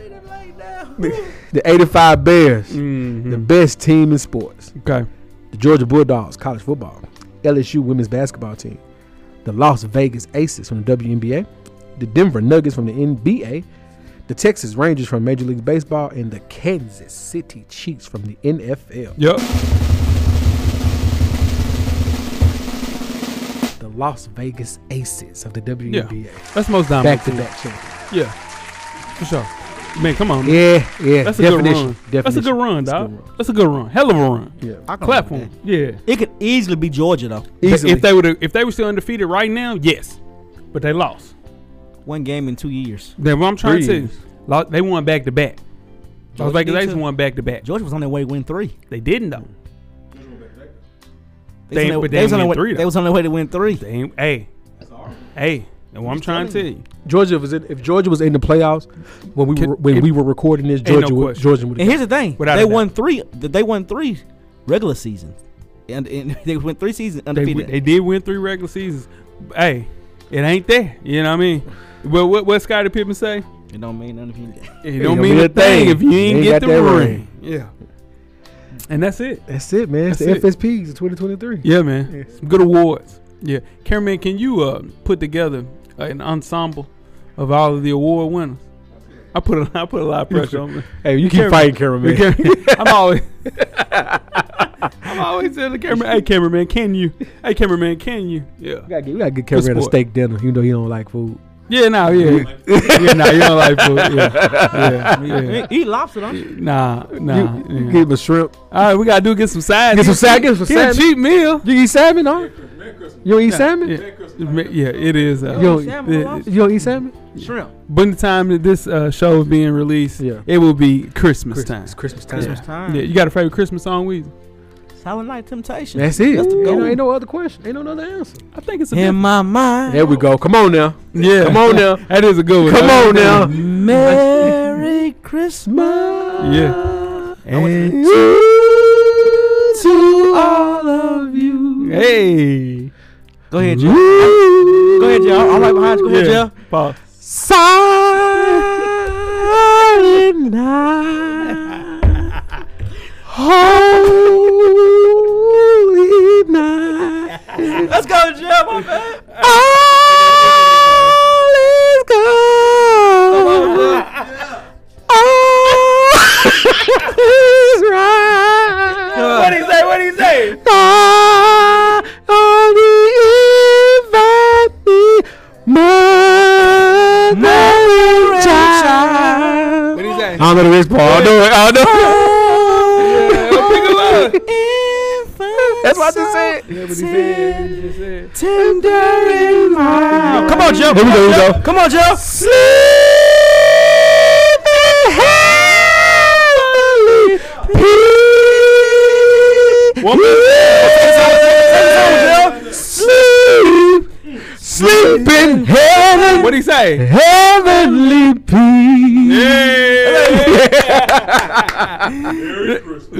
[SPEAKER 5] the '85 Bears,
[SPEAKER 4] Mm-hmm.
[SPEAKER 5] the best team in sports,
[SPEAKER 4] Okay.
[SPEAKER 5] the Georgia Bulldogs college football, LSU women's basketball team, the Las Vegas Aces from the WNBA, the Denver Nuggets from the NBA, the Texas Rangers from Major League Baseball, and the Kansas City Chiefs from the NFL.
[SPEAKER 4] Yep.
[SPEAKER 5] The Las Vegas Aces of the
[SPEAKER 4] Yeah.
[SPEAKER 5] WNBA,
[SPEAKER 4] That's most dominant.
[SPEAKER 5] back to back champion.
[SPEAKER 4] Yeah, for sure. Man, come on. man.
[SPEAKER 5] Yeah, yeah.
[SPEAKER 4] That's a
[SPEAKER 5] definition.
[SPEAKER 4] good run. That's a
[SPEAKER 5] definition.
[SPEAKER 4] good run,
[SPEAKER 5] It's a good
[SPEAKER 4] dog. That's a good run. Hell of a run.
[SPEAKER 5] run.
[SPEAKER 6] I can
[SPEAKER 4] Clap for him. Yeah.
[SPEAKER 6] It could easily be Georgia though.
[SPEAKER 5] Yeah. Easily.
[SPEAKER 4] If they would, if they were still undefeated right now, yes. But they lost.
[SPEAKER 6] One game in two years.
[SPEAKER 4] Then what I'm trying
[SPEAKER 5] Three
[SPEAKER 4] to say,
[SPEAKER 5] years.
[SPEAKER 4] lo- they won back to back. Las
[SPEAKER 6] Georgia
[SPEAKER 4] Vegas
[SPEAKER 6] did
[SPEAKER 4] Aces
[SPEAKER 6] too.
[SPEAKER 4] won back to back.
[SPEAKER 6] Georgia was on their way to win three.
[SPEAKER 4] They didn't though.
[SPEAKER 6] was
[SPEAKER 4] They-
[SPEAKER 6] on their-
[SPEAKER 4] but they
[SPEAKER 6] was on
[SPEAKER 4] ain't
[SPEAKER 6] their
[SPEAKER 4] win
[SPEAKER 6] way-
[SPEAKER 4] three,
[SPEAKER 6] They
[SPEAKER 4] though.
[SPEAKER 6] was on their way to win three.
[SPEAKER 4] They ain't. Hey, hey. And what I'm trying to tell you,
[SPEAKER 5] Georgia was in, if Georgia was in the playoffs when we
[SPEAKER 4] Can-
[SPEAKER 5] were when
[SPEAKER 4] it-
[SPEAKER 5] we were recording this,
[SPEAKER 4] no
[SPEAKER 5] Georgia would,
[SPEAKER 4] question.
[SPEAKER 5] Georgia would
[SPEAKER 6] And
[SPEAKER 5] have
[SPEAKER 6] here's the thing:
[SPEAKER 4] Without
[SPEAKER 6] they
[SPEAKER 4] a doubt.
[SPEAKER 6] won three. They won three regular seasons, and, and they went three seasons
[SPEAKER 4] they,
[SPEAKER 6] undefeated.
[SPEAKER 4] they did win three regular seasons. Hey, it ain't there. You know what I mean? Well, what what Scottie Pippen say?
[SPEAKER 6] it don't mean nothing. if you-
[SPEAKER 4] It don't mean a thing if you ain't
[SPEAKER 5] ain't
[SPEAKER 4] get
[SPEAKER 5] got
[SPEAKER 4] the
[SPEAKER 5] that
[SPEAKER 4] ring.
[SPEAKER 5] ring.
[SPEAKER 4] Yeah. And that's it.
[SPEAKER 5] That's it, man. It's
[SPEAKER 4] That's
[SPEAKER 5] the
[SPEAKER 4] it.
[SPEAKER 5] FSPs of 2023.
[SPEAKER 4] Yeah, man.
[SPEAKER 5] Yes.
[SPEAKER 4] Some good awards. Yeah. Cameraman, can you uh, put together an ensemble of all of the award winners? I put a, I put a lot of pressure on me.
[SPEAKER 5] Hey, you keep
[SPEAKER 4] Camera-
[SPEAKER 5] fighting, cameraman.
[SPEAKER 4] I'm always I'm always telling the camera, hey cameraman, can you? Hey cameraman, can you? Yeah.
[SPEAKER 5] we gotta get, we gotta get cameraman a
[SPEAKER 4] sport.
[SPEAKER 5] steak dinner, even though he don't like food.
[SPEAKER 4] Yeah, nah, yeah. yeah, nah, you don't like food. Yeah. yeah, yeah.
[SPEAKER 6] Eat lobster, don't you?
[SPEAKER 4] Nah, nah.
[SPEAKER 5] you, you
[SPEAKER 4] yeah.
[SPEAKER 5] give him a shrimp.
[SPEAKER 4] All right, we gotta do get some side.
[SPEAKER 5] Get some
[SPEAKER 4] dishes.
[SPEAKER 5] side- get some
[SPEAKER 4] Get a
[SPEAKER 5] side-
[SPEAKER 4] cheap meal.
[SPEAKER 5] You eat salmon, huh? You don't eat salmon.
[SPEAKER 4] Yeah, yeah, it is. Uh,
[SPEAKER 5] You don't,
[SPEAKER 6] Salmon
[SPEAKER 5] yeah,
[SPEAKER 6] lobster?
[SPEAKER 5] you don't eat salmon.
[SPEAKER 6] Shrimp.
[SPEAKER 4] By the time that this uh, show is being released,
[SPEAKER 5] Yeah.
[SPEAKER 4] it will be Christmas, time.
[SPEAKER 5] It's Christmas time.
[SPEAKER 6] Christmas time.
[SPEAKER 4] Yeah, you got a favorite Christmas song, Weezy?
[SPEAKER 6] Silent Night Temptation.
[SPEAKER 5] That's it.
[SPEAKER 6] That's the
[SPEAKER 5] ain't, no,
[SPEAKER 6] goal.
[SPEAKER 5] ain't no other question. Ain't no other answer.
[SPEAKER 4] I think it's a
[SPEAKER 6] In
[SPEAKER 4] good-
[SPEAKER 6] my mind.
[SPEAKER 5] There we go. Come on now.
[SPEAKER 4] yeah.
[SPEAKER 5] Come on now.
[SPEAKER 4] that is a good one.
[SPEAKER 5] Come
[SPEAKER 4] though.
[SPEAKER 5] on now.
[SPEAKER 6] Merry Christmas.
[SPEAKER 4] Yeah.
[SPEAKER 5] And
[SPEAKER 6] To all of you.
[SPEAKER 4] Hey.
[SPEAKER 6] Go ahead, Joe. Go ahead, Joe. I'm right behind you. Go ahead,
[SPEAKER 4] Yeah.
[SPEAKER 6] Joe.
[SPEAKER 4] Pause.
[SPEAKER 5] Silent night, holy night,
[SPEAKER 6] Let's go, Joe, my man.
[SPEAKER 5] all is gone, all is right.
[SPEAKER 6] What he say? What he say?
[SPEAKER 5] Ah, ah, for the Rich Paul. I'll do it. I'll do
[SPEAKER 4] Yeah,
[SPEAKER 5] it.
[SPEAKER 4] pick
[SPEAKER 5] That's what I just said.
[SPEAKER 6] Tender in my Come on, Joe.
[SPEAKER 5] Here we go, here we go.
[SPEAKER 6] Come on, Joe.
[SPEAKER 5] One more. Sleep, sleep in heaven.
[SPEAKER 4] What'd he say?
[SPEAKER 5] Heavenly
[SPEAKER 4] Yeah.
[SPEAKER 5] peace.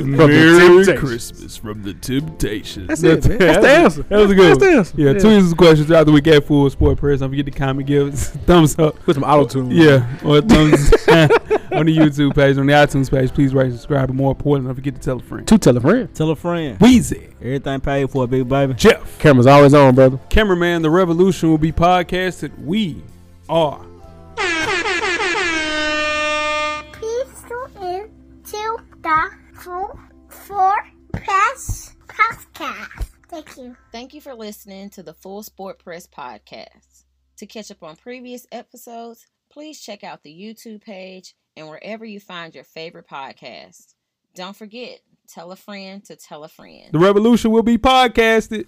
[SPEAKER 4] Merry Christmas from the Temptations.
[SPEAKER 5] That's it, man. That's the answer.
[SPEAKER 4] That was a good.
[SPEAKER 5] That's the
[SPEAKER 4] one.
[SPEAKER 5] answer.
[SPEAKER 4] Yeah, two easy questions throughout the week at Full Sport Press. Don't forget to comment, give us a thumbs up.
[SPEAKER 5] Put some auto tune.
[SPEAKER 4] Yeah, or a thumbs on the YouTube page, on the iTunes page. Please rate, subscribe, and more importantly, don't forget to tell a friend.
[SPEAKER 5] Two tell a friend.
[SPEAKER 6] Tell a friend.
[SPEAKER 4] Weezy,
[SPEAKER 6] Everything paid for, big baby.
[SPEAKER 4] Jeff,
[SPEAKER 5] Camera's always on, brother.
[SPEAKER 4] cameraman, the revolution will be podcasted. We are.
[SPEAKER 1] Crystal and Tilda for, for Press Podcast. Thank you.
[SPEAKER 3] Thank you for listening to the Full Sport Press podcast. To catch up on previous episodes, please check out the YouTube page and wherever you find your favorite podcast. Don't forget, tell a friend to tell a friend.
[SPEAKER 4] The revolution will be podcasted.